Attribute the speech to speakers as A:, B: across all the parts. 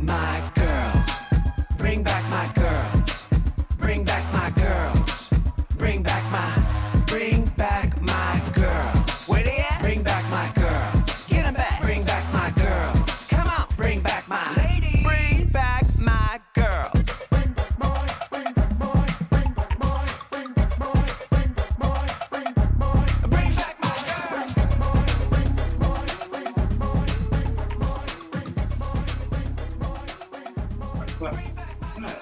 A: my girls. Bring back my girls. Bring back my girls. Bring back my. Bring back my girls. Where they at? Bring back my girls. Get 'em back. Bring back my girls. Come on. Bring back my ladies. Bring back my girls. Bring back my girls.
B: What? What?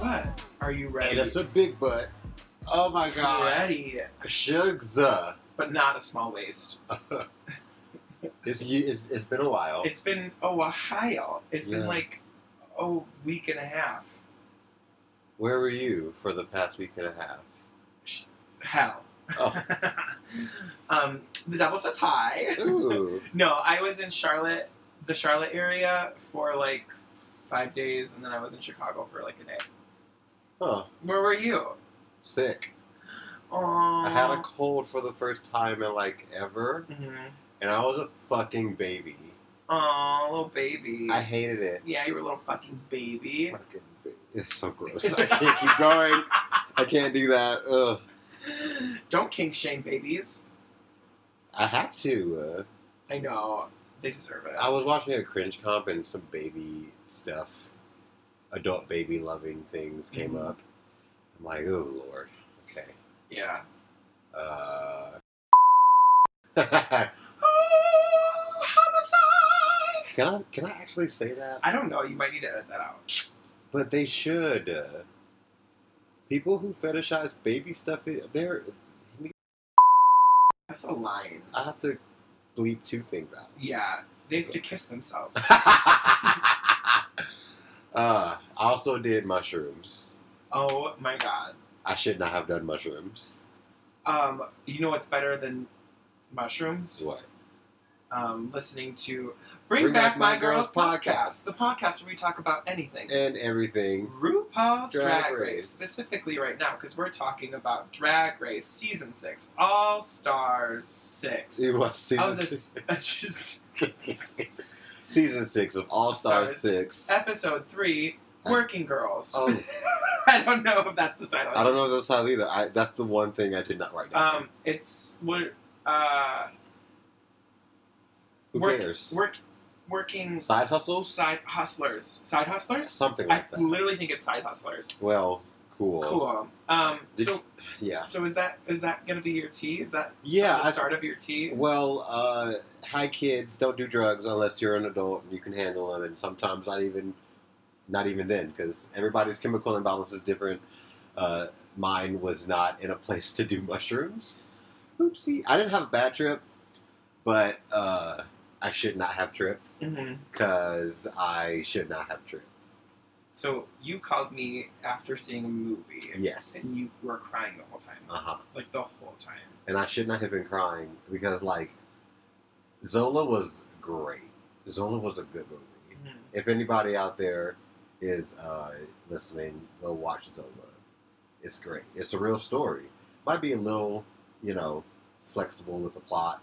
B: What? Are you ready?
C: Hey, that's a big butt. Oh my god.
B: ready,
C: Shugza.
B: but not a small waist.
C: It's, you- it's, it's been a while.
B: It's been oh a while. It's
C: Yeah.
B: been like oh week and a half.
C: Where were you for the past week and a half?
B: Hell.
C: Oh.
B: um, the devil says hi.
C: Ooh.
B: No, I was in Charlotte, the Charlotte area for like five days, and then I was in Chicago for like a day.
C: Huh.
B: Where were you?
C: Sick.
B: Oh,
C: I had a cold for the first time in like ever,
B: Mm-hmm.
C: and I was a fucking baby.
B: Oh, little baby.
C: I hated it.
B: yeah, you were a little fucking baby.
C: Fucking baby. It's so gross. I can't keep going. I can't do that. Ugh.
B: Don't kink shame babies.
C: I have to. Uh,
B: I know they deserve it.
C: I was watching a cringe comp and some baby stuff, adult baby loving things came
B: Mhm.
C: up. I'm like, oh lord, okay.
B: yeah.
C: Uh,
B: Oh, homicide!
C: can I can I actually say that?
B: I don't know. You might need to edit that out.
C: But they should. Uh, people who fetishize baby stuff, they're.
B: That's a line.
C: I have to bleep two things out.
B: Yeah, they have to kiss themselves.
C: uh, I also did mushrooms.
B: oh my god.
C: I should not have done mushrooms.
B: Um, you know what's better than mushrooms?
C: What?
B: Um, listening to Bring, Back, My, Girls, podcast, the podcast where we talk about anything.
C: And everything.
B: RuPaul's
C: Drag
B: Drag, Race.
C: Race.
B: specifically right now, because we're talking about Drag Race Season 6, All Stars 6.
C: It was season
B: Oh,
C: six.
B: this, just,
C: season six of All Star
B: Stars.
C: Six.
B: episode 3, Working Girls.
C: Oh,
B: I don't know if that's the title.
C: I don't know if that's title either. I, that's the one thing I did not write down.
B: Um, it's what uh,
C: Who
B: work,
C: cares?
B: work, working
C: Side hustles.
B: side hustlers, side hustlers,
C: Something like
B: I
C: that.
B: literally think it's side hustlers.
C: well, cool.
B: Cool. Um,
C: Did
B: so
C: Yeah.
B: so is that is that gonna be your tea? Is that
C: Yeah.
B: the
C: I-
B: start of your tea?
C: well, uh, hi kids. Don't do drugs unless you're an adult and you can handle them. And sometimes not even, not even then, because everybody's chemical imbalance is different. Uh, mine was not in a place to do mushrooms. Oopsie. I didn't have a bad trip, but uh, I should not have tripped.
B: hmm
C: because I should not have tripped.
B: So you called me after seeing a movie,
C: Yes.
B: and you were crying the whole time,
C: Uh huh.
B: like the whole time.
C: And I should not have been crying because, like, Zola was great. Zola was a good movie. If anybody out there is uh, listening, go watch Zola. It's great. It's a real story. Might be a little, you know, flexible with the plot,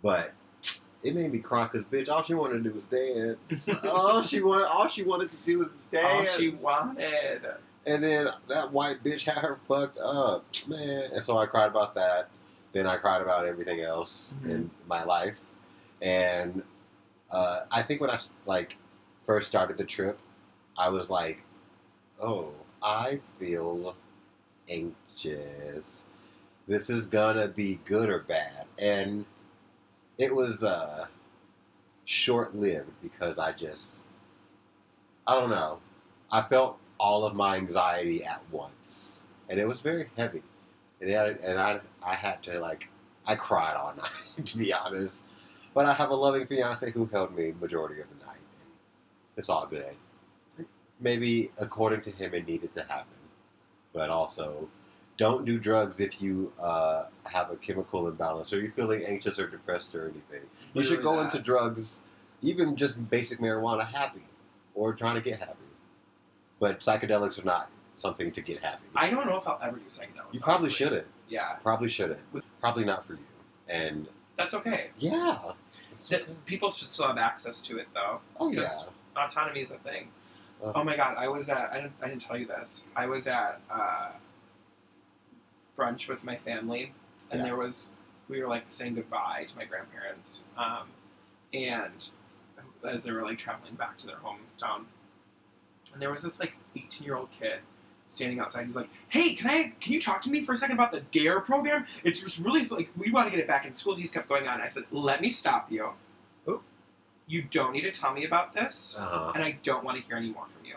C: but it made me cry because, bitch, all she wanted to do was dance. all she wanted, all she wanted to do was
B: All
C: dance.
B: she wanted.
C: And then that white bitch had her fucked up, man. And so I cried about that. Then I cried about everything else
B: Mhm.
C: in my life. And uh, I think when I like first started the trip, I was like, "Oh, I feel anxious. This is gonna be good or bad." And it was uh, short-lived because I just, I don't know. I felt all of my anxiety at once, and it was very heavy. And it had, and I I had to like I cried all night to be honest. But I have a loving fiance who held me majority of the night. And it's all good. Maybe according to him, it needed to happen. But also, don't do drugs if you uh, have a chemical imbalance or you're feeling anxious or depressed or anything. You should go
B: Literally
C: into
B: that.
C: drugs, even just basic marijuana, happy or trying to get happy. But psychedelics are not something to get happy.
B: I don't know if I'll ever do psychedelics.
C: you probably
B: honestly.
C: shouldn't.
B: Yeah,
C: Probably shouldn't. Probably not for you. And
B: that's okay.
C: yeah.
B: Th- People should still have access to it, though.
C: Oh yeah.
B: Just- autonomy is a thing.
C: Uh-huh.
B: Oh my god, I was at I didn't, I didn't tell you this. I was at uh, brunch with my family, and
C: Yeah.
B: there was we were like saying goodbye to my grandparents, um, and as they were like traveling back to their hometown, and there was this like eighteen year old kid standing outside. He's like, "Hey, can I? Can you talk to me for a second about the Dare program? It's just really like we want to get it back in schools." He's kept going on. I said, "Let me stop you.
C: Oh.
B: You don't need to tell me about this,
C: Uh-huh.
B: and I don't want to hear any more from you."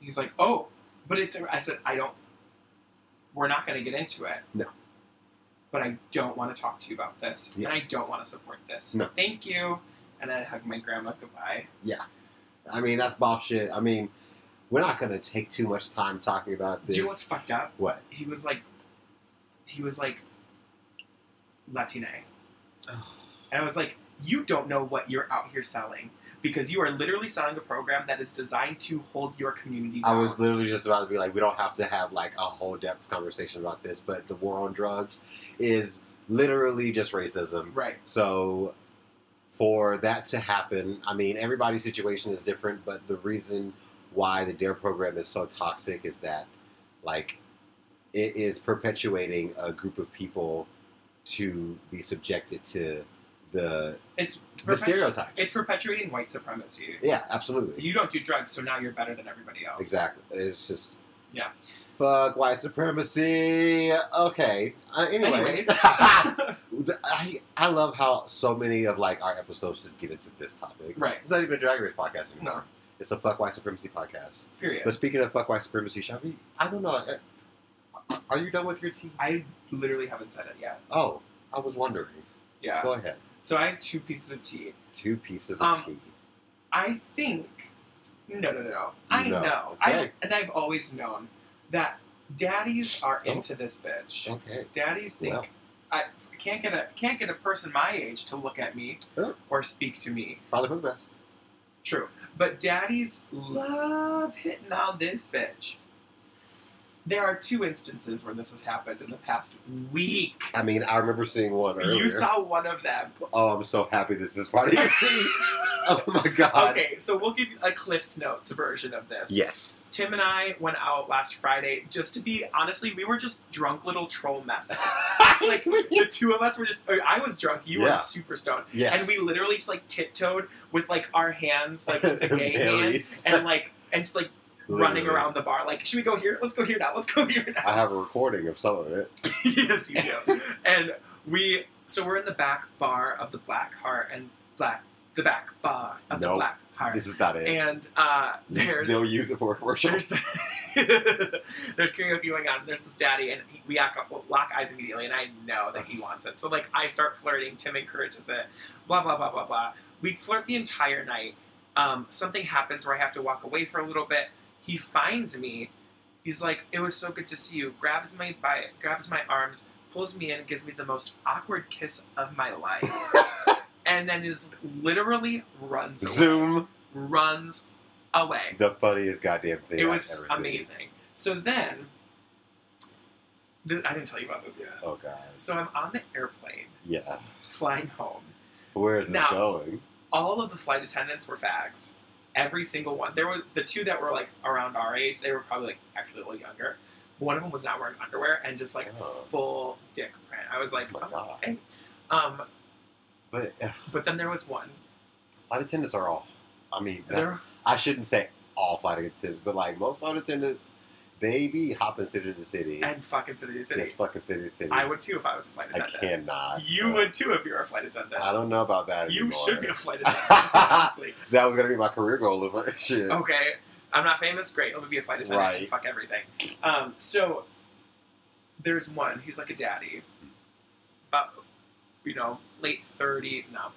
B: He's like, "Oh, but it's." I said, "I don't. We're not going to get into it."
C: No.
B: But I don't want to talk to you about this, and I
C: Yes.
B: don't want to support this.
C: No.
B: Thank you. And I hugged my grandma goodbye.
C: I mean, that's bullshit. I mean, we're not going to take too much time talking about this.
B: Do you know what's fucked up?
C: what?
B: he was like he was like Latine. And I was like, you don't know what you're out here selling because you are literally selling a program that is designed to hold your community
C: I
B: down.
C: was literally just about to be like, we don't have to have like a whole depth conversation about this, but the war on drugs is literally just racism.
B: right.
C: So for that to happen, I mean, everybody's situation is different, but the reason why the DARE E program is so toxic is that, like, it is perpetuating a group of people to be subjected to the,
B: It's
C: the
B: perpetu-
C: stereotypes.
B: it's perpetuating white supremacy.
C: yeah, absolutely.
B: You don't do drugs, so now you're better than everybody else.
C: Exactly. It's just.
B: Yeah.
C: Fuck white supremacy. Okay. Uh, anyway.
B: Anyways.
C: The- I, I love how so many of like our episodes just get into this topic.
B: Right.
C: It's not even a Drag Race podcast anymore.
B: No.
C: It's a fuck white supremacy podcast.
B: Period.
C: But speaking of fuck white supremacy, Shavi, I don't know. uh, Are you done with your tea?
B: I literally haven't said it yet.
C: Oh, I was wondering.
B: Yeah.
C: Go ahead.
B: So I have two pieces of tea.
C: Two pieces of
B: Um,
C: tea.
B: I think no, no, no, no. I
C: No.
B: know. I
C: Okay.
B: and I've always known that daddies are into this bitch.
C: Okay.
B: Daddies think
C: Well.
B: I I can't get a can't get a person my age to look at me
C: Oh.
B: or speak to me.
C: Probably for the best.
B: True, but daddies love hitting on this bitch. There are two instances where this has happened in the past week.
C: I mean, I remember seeing one earlier.
B: You saw one of them.
C: oh, I'm so happy this is part of your tea. oh my god.
B: Okay, so we'll give you a Cliff's Notes version of this.
C: Yes.
B: Tim and I went out last Friday just to be honestly, we were just drunk little troll messes. like the two of us were just or I was drunk, you
C: Yeah.
B: were super stoned.
C: Yes.
B: And we literally just like tiptoed with like our hands, like the gay hand,
C: Marys.
B: and like and just like running
C: Literally.
B: around the bar, like, should we go here? Let's go here now, let's go here now.
C: I have a recording of some of it.
B: yes, you do. and we so we're in the back bar of the black heart and black the back bar of the
C: Nope.
B: black heart.
C: This is not it.
B: and uh there's
C: They'll use it for a commercial.
B: there's there's karaoke going on. There's this daddy, and he, we act, lock eyes immediately, and I know that he wants it. So like, I start flirting. Tim encourages it. Blah blah blah blah blah. We flirt the entire night. Um, something happens where I have to walk away for a little bit. He finds me. He's like, "It was so good to see you." Grabs my by, grabs my arms, pulls me in, gives me the most awkward kiss of my life, and then is literally runs away,
C: Zoom,
B: runs away.
C: the funniest goddamn thing.
B: It
C: I've
B: was
C: ever seen.
B: amazing. So then, th- I didn't tell you about this yet.
C: Oh god,
B: So I'm on the airplane
C: yeah.
B: flying home.
C: Where is this
B: Now-
C: going?
B: All of the flight attendants were fags. Every single one. There was the two that were like around our age. They were probably like actually a little younger. One of them was not wearing underwear and just like
C: Oh.
B: full dick print. I was like,
C: Oh my God.
B: okay. Um,
C: But uh,
B: but then there was one.
C: flight attendants are all. I mean, that's,
B: There,
C: I shouldn't say all flight attendants, but like most flight attendants, they be hopping city to city,
B: and fucking city to city.
C: just fucking city to city.
B: I would too if I was a flight
C: I
B: attendant.
C: cannot.
B: You
C: uh,
B: would too if you were a flight attendant.
C: I don't know about that.
B: You
C: anymore.
B: should be a flight attendant, honestly.
C: That was gonna be my career goal. Of shit.
B: Okay, I'm not famous. Great, let me be a flight attendant.
C: Right.
B: Fuck everything. Um, so there's one. He's like a daddy, about you know late 30, no,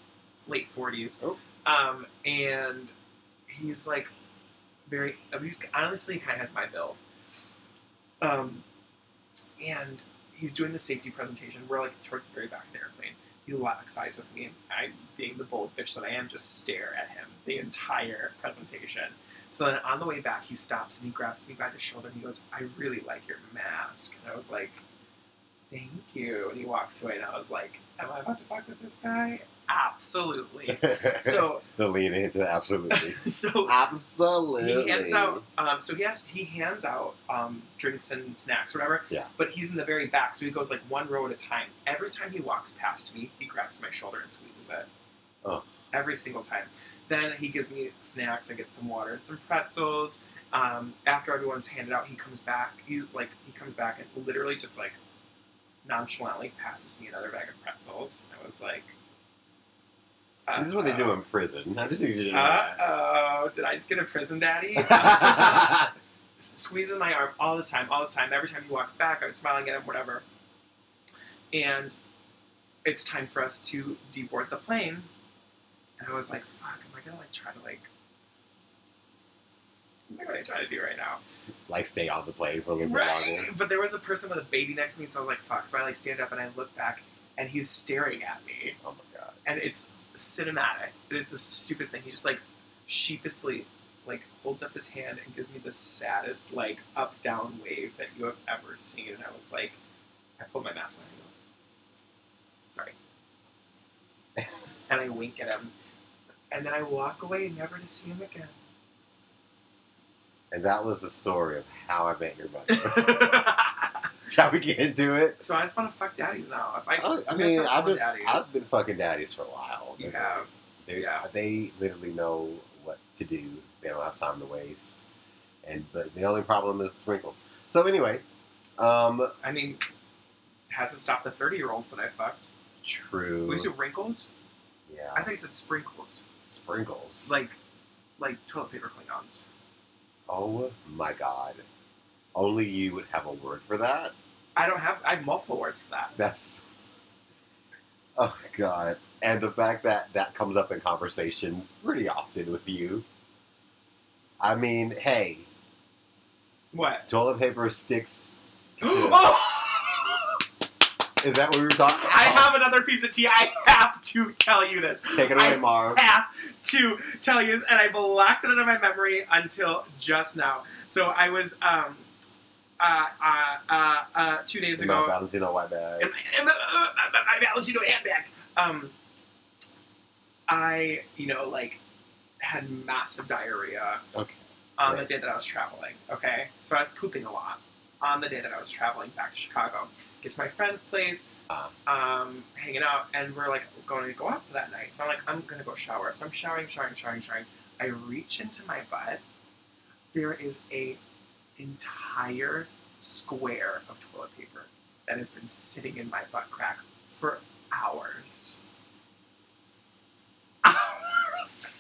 B: late 40s.
C: Oh.
B: Um, and he's like very. I mean, he's, honestly, he kind of has my build. Um, and he's doing the safety presentation. We're like towards the very back of the airplane. He locks eyes with me, and I, being the bold bitch that I am, just stare at him the entire presentation. So then on the way back, he stops and he grabs me by the shoulder and he goes, I really like your mask. And I was like, Thank you. And he walks away, and I was like, Am I about to fuck with this guy? absolutely. So
C: the lean into absolutely.
B: so
C: absolutely.
B: he hands out. Um, so he has he hands out um, drinks and snacks, or whatever.
C: Yeah.
B: But he's in the very back, so he goes like one row at a time. Every time he walks past me, he grabs my shoulder and squeezes it.
C: Oh.
B: Every single time. Then he gives me snacks. I get some water and some pretzels. Um, after everyone's handed out, he comes back. He's like he comes back and literally just like nonchalantly passes me another bag of pretzels. I was like.
C: This is what they
B: uh-oh.
C: do in prison. I just need you to know
B: Uh
C: that.
B: oh, did I just get a prison daddy? S- Squeezes my arm all the time, all the time. Every time he walks back, I'm smiling at him, whatever. And it's time for us to deboard the plane. And I was like, fuck, am I gonna like try to like. What am I gonna try to do right now?
C: like stay on the plane for a little bit longer.
B: But there was a person with a baby next to me, so I was like, fuck. So I like stand up and I look back and he's staring at me
C: Oh my god.
B: and it's cinematic. It is the stupidest thing. He just like sheepishly like holds up his hand and gives me the saddest like up down wave that you have ever seen. And I was like, I pulled my mask on. and I go, Sorry. and I wink at him, and then I walk away, never to see him again.
C: And that was the story of how I met your mother. Shall we get into it?
B: so I just want to fuck daddies now. If I,
C: I, Oh, I
B: I'm gonna
C: mean,
B: start
C: I've
B: calling
C: been
B: daddies.
C: I've been fucking daddies for a while.
B: you have.
C: They,
B: Yeah.
C: they literally know what to do. They don't have time to waste. And but the only problem is wrinkles. So anyway, um,
B: I mean, hasn't stopped the thirty-year-olds that I fucked.
C: true.
B: We see wrinkles.
C: yeah,
B: I think it said sprinkles.
C: sprinkles.
B: like like toilet paper Klingons.
C: oh my god, only you would have a word for that.
B: I don't have I have multiple words for that.
C: That's oh my god, and the fact that that comes up in conversation pretty often with you. I mean, hey,
B: What?
C: toilet paper sticks.
B: oh!
C: Is that what we were talking? about?
B: I have another piece of tea. I have to tell you this.
C: Take it away,
B: I-
C: Marv.
B: have to tell you, this, and I blocked it out of my memory until just now. So I was um uh uh uh, uh two days
C: In my
B: ago
C: Valentino white bag.
B: in, in the, uh, my Valentino handbag. Um, I you know like had massive diarrhea.
C: Okay.
B: on
C: Right.
B: the day that I was traveling. Okay, so I was pooping a lot on the day that I was traveling back to Chicago. Get to my friend's place,
C: Uh-huh.
B: um, hanging out, and we're like going to go out for that night. So I'm like, I'm gonna go shower. So I'm showering, showering, showering, showering. I reach into my butt. There is a entire square of toilet paper that has been sitting in my butt crack for hours. Hours.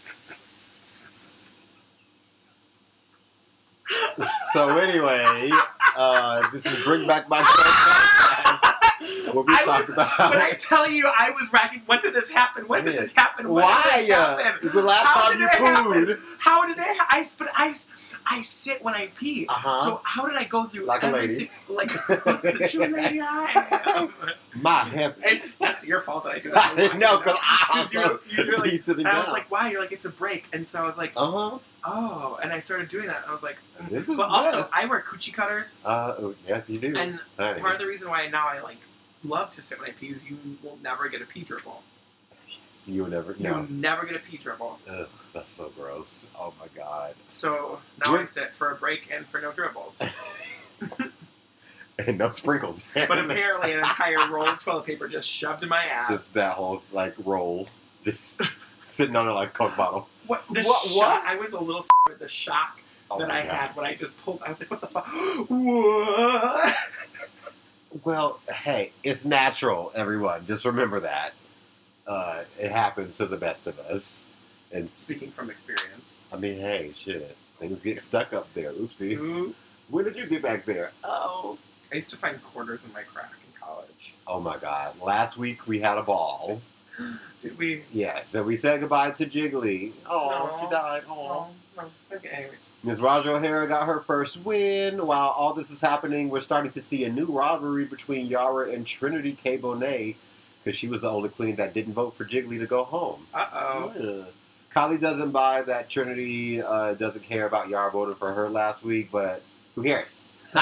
C: So anyway, uh, this is bring back my podcast. What we
B: Ah! I
C: talked
B: was,
C: about.
B: When I tell you, I was racking. When did this happen? When did this happen? When
C: Why?
B: Did this happen?
C: Uh, the last
B: How
C: time
B: did
C: you
B: uh, it happen?
C: pooed.
B: How did it? Ha- I s- but I, s- I sit when I pee.
C: Uh-huh.
B: So how did I go through
C: Like a
B: every
C: lady.
B: single- like the true lady I am?
C: my heavens.
B: It's that's your fault that I do
C: I
B: that.
C: didn't know because I
B: 'Cause you-
C: also
B: you really-
C: be sitting
B: And I was
C: down.
B: like, wow, you're like, it's a break. And so I was like,
C: uh huh.
B: oh. And I started doing that. And I was like, mm.
C: This is
B: but also,
C: best.
B: I wear coochie cutters.
C: Uh, oh, yes, you do.
B: And
C: Honey.
B: part of the reason why now I like love to sit when I pee is you will never get a pee dribble.
C: you would never.
B: You'll
C: No.
B: never get a pee dribble.
C: Ugh, that's so gross. Oh my god.
B: So now I
C: Yeah.
B: sit for a break and for no dribbles.
C: And no sprinkles.
B: but apparently, an entire roll of toilet paper just shoved in my ass.
C: just that whole like roll, just sitting on it like a coke bottle.
B: What? The
C: What-
B: shock,
C: what?
B: I was a little s- with the shock
C: Oh
B: that
C: my
B: I
C: god.
B: had when I just pulled. I was like, "What the fuck? What?"
C: Well, hey, it's natural, everyone. Just remember that. Uh, it happens to the best of us. And
B: Speaking from experience.
C: I mean, hey, shit. Things get stuck up there. Oopsie.
B: Ooh,
C: When did you get back there? Oh.
B: I used to find quarters in my crack in college.
C: Oh my god. Last week we had a ball.
B: Did we?
C: Yeah, so we said goodbye to Jiggly. Oh,
B: Aw.
C: she died. Oh.
B: Oh, no. Okay. Anyways,
C: Miss Roger O'Hara got her first win. While all this is happening, we're starting to see a new rivalry between Yara and Trinity K. Bonet because she was the only queen that didn't vote for Jiggly to go home.
B: uh oh.
C: Yeah. Kylie doesn't buy that Trinity uh, doesn't care about Yara voting for her last week, but who cares?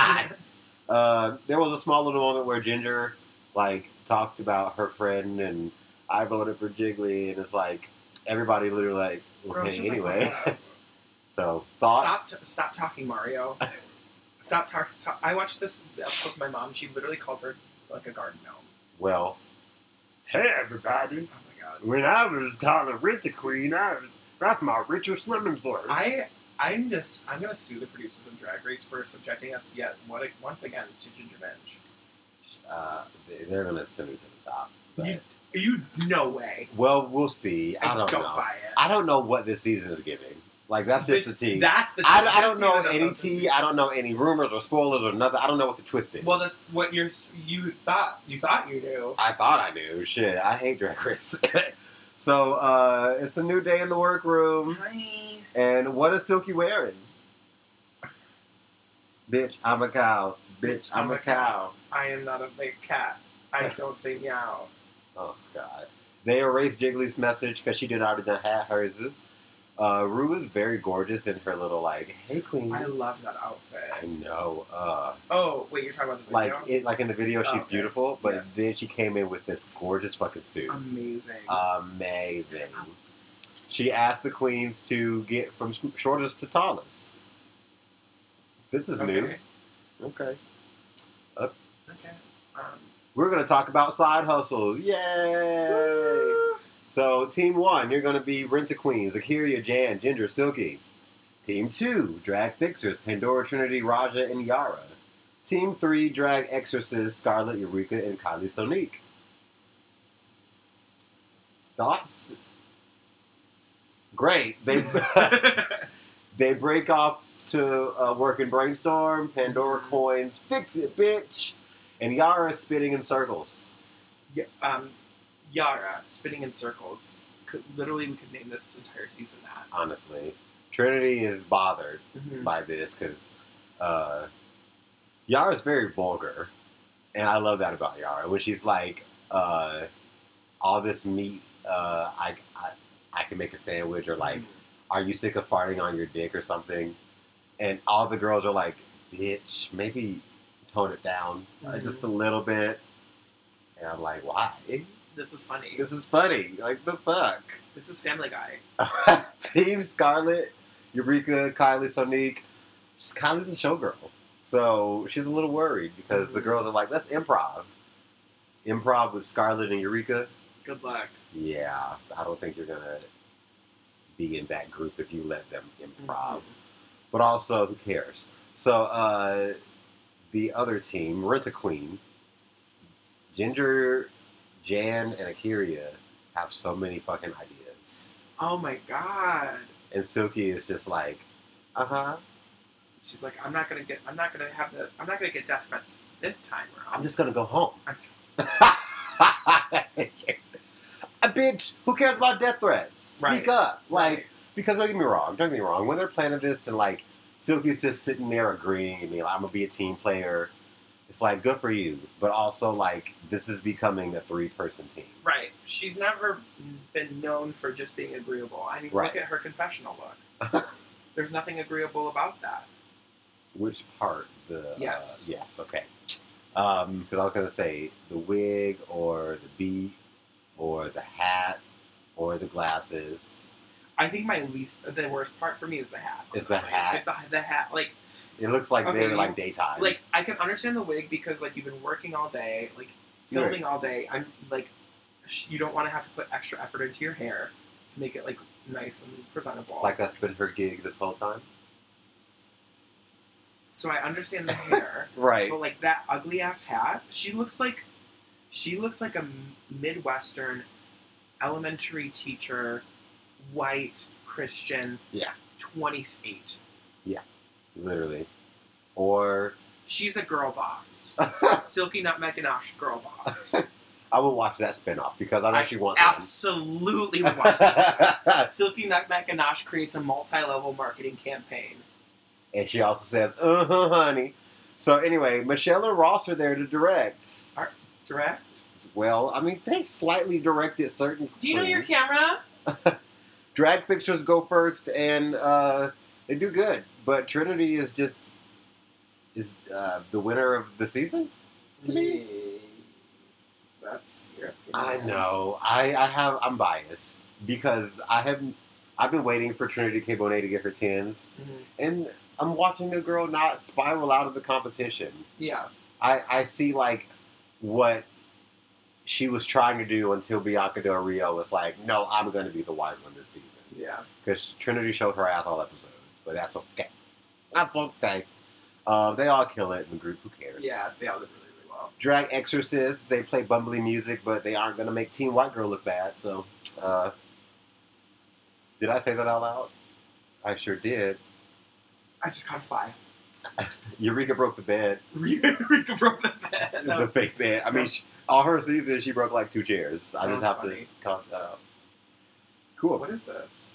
C: uh, there was a small little moment where Ginger like talked about her friend and I voted for Jiggly, and it's like everybody literally like,
B: Girl,
C: okay,
B: shut the
C: anyway.
B: fuck up.
C: So thoughts?
B: Stop, t- stop talking, Mario. stop talking. I watched this episode with my mom. She literally called her like a garden gnome.
C: Well,
D: Hey, everybody.
B: Oh my god.
D: When I was called a rent a queen, I, that's my Richard Slimming voice.
B: I I'm just I'm gonna sue the producers of Drag Race for subjecting us yet what once again to ginger binge.
C: uh, they- they're gonna send me to the top. but-
B: You- You no way.
C: well, we'll see. I don't, know.
B: buy it.
C: I don't know what this season is giving. Like that's just
B: This-
C: the tea.
B: That's the tea.
C: I, I don't
B: This
C: know
B: season does
C: any
B: nothing.
C: tea. I don't know any rumors or spoilers or nothing. I don't know what the twist is.
B: Well, that's what you're s- you thought you thought you knew.
C: I thought I knew. Shit, I hate Drag Race. so uh, it's a new day in the workroom.
B: Hi.
C: And what is Silky wearing? Bitch, I'm a cow. Bitch, I'm a cow.
B: I am not a big cat. I don't say meow.
C: Oh God! They erased Jiggly's message because she did already done had hers. Uh, Rue is very gorgeous in her little like, hey queen.
B: I love that outfit.
C: I know. Uh,
B: Oh wait, you're talking about the
C: like
B: video.
C: it, like in the video, she's
B: Oh, Okay.
C: beautiful, but
B: Yes. Um,
C: then she came in with this gorgeous fucking suit.
B: Amazing.
C: uh, Amazing. She asked the queens to get from sh- shortest to tallest. This is
B: okay.
C: new. Okay.
B: Okay. Um,
C: We're gonna talk about side hustles. Yay! So, team one, you're going to be Rent a Queens, Akira, Jan, Ginger, Silky. Team two, Drag Fixers, Pandora, Trinity, Raja, and Yara. Team three, Drag Exorcists, Scarlet, Eureka, and Kylie Sonique. Thoughts? Great. They, they break off to uh, work in Brainstorm. Pandora coins, fix it, bitch. And Yara is spinning in circles.
B: Y- um, Yara spinning in circles. Could, literally, we could name this entire season that.
C: honestly. Trinity is bothered
B: Mhm.
C: by this because uh, Yara's very vulgar, and I love that about Yara when she's like, uh, "All this meat, uh, I, I, I can make a sandwich," or like, "Are you sick of farting on your dick?" or something, and all the girls are like, "Bitch, maybe tone it down uh,
B: Mhm.
C: just a little bit," and I'm like, "Why?
B: this is funny. This,
C: This is funny. Like the fuck."
B: is Family Guy.
C: Team Scarlet, Eureka, Kylie, Sonique. She's- Kylie's a showgirl, so she's a little worried because the
B: Mhm.
C: girls are like, "Let's improv." Improv with Scarlet and Eureka.
B: Good luck.
C: Yeah, I don't think you're gonna be in that group if you let them improv.
B: Mm-hmm.
C: But also, who cares? So uh, the other team, Rent a Queen, Ginger, Jan, and Akiria have so many fucking ideas.
B: Oh my god.
C: And Silky is just like, uh
B: Uh-huh.
C: huh.
B: She's like, I'm not gonna get. I'm not gonna have the. I'm not gonna get death threats this time
C: I'm
B: around.
C: just gonna go home.
B: I'm-
C: A bitch, who cares about death threats? Speak
B: Right.
C: up. Like,
B: Right.
C: because don't get me wrong, don't get me wrong. When they're planning this and like Silky's just sitting there agreeing and being like, I'm gonna be a team player, it's like, good for you. But also, like, this is becoming a three person team.
B: Right. She's never been known for just being agreeable. I mean,
C: Right.
B: look at her confessional look. There's nothing agreeable about that.
C: Which part? The uh,
B: Yes.
C: yes. Okay. Because I was gonna say the wig or the beat or the hat or the glasses.
B: I think my least, the worst part for me is the hat.
C: Is the
B: honestly.
C: hat.
B: Like, the, the hat, like,
C: It looks like
B: Okay,
C: they're
B: you-
C: like daytime.
B: like I can understand the wig because like you've been working all day, like filming all day. I'm like, sh- you don't want to have to put extra effort into your hair to make it like nice and presentable.
C: like that's been her gig this whole time.
B: so I understand the hair,
C: Right.
B: but like that ugly ass hat, she looks like she looks like a m- midwestern elementary teacher, white Christian.
C: Yeah.
B: twenty eight.
C: Literally. Or
B: She's a girl boss, silky nutmeg ganache girl boss.
C: I would watch that spinoff because I
B: I
C: actually want one.
B: Absolutely would watch this. Silky Nutmeg Ganache creates a multi-level marketing campaign.
C: and she also says, "Uh huh, honey." So anyway, Michelle and Ross are there to direct.
B: Direct?
C: Well, I mean, they slightly directed certain.
B: Do you know your
C: queens.
B: camera?
C: drag pictures go first, and uh, they do good. But Trinity is just is uh, the winner of the season. To me?
B: That's your opinion.
C: I know. I, I have. I'm biased because I have. I've been waiting for Trinity K. Bonet to get her tens,
B: Mhm.
C: and I'm watching a girl not spiral out of the competition.
B: Yeah.
C: I, I see like what she was trying to do until Bianca Del Rio was like, "No, I'm going to be the wise one this season."
B: Yeah.
C: because Trinity showed her ass all episode, but that's okay. That's okay. Um, they all kill it in the group. Who cares?
B: Yeah. They all did really, really well.
C: Drag Exorcists, they play bumbly music, but they aren't going to make Teen White Girl look bad. So, uh, did I say that out loud? I sure did.
B: I just caught a fly.
C: Eureka broke the bed,
B: Rika broke the bed. That
C: the
B: was,
C: fake bed. I mean, she, all her season, she broke like two chairs. I
B: That
C: just
B: was
C: have
B: funny.
C: to uh, count that out. Cool.
B: what is this?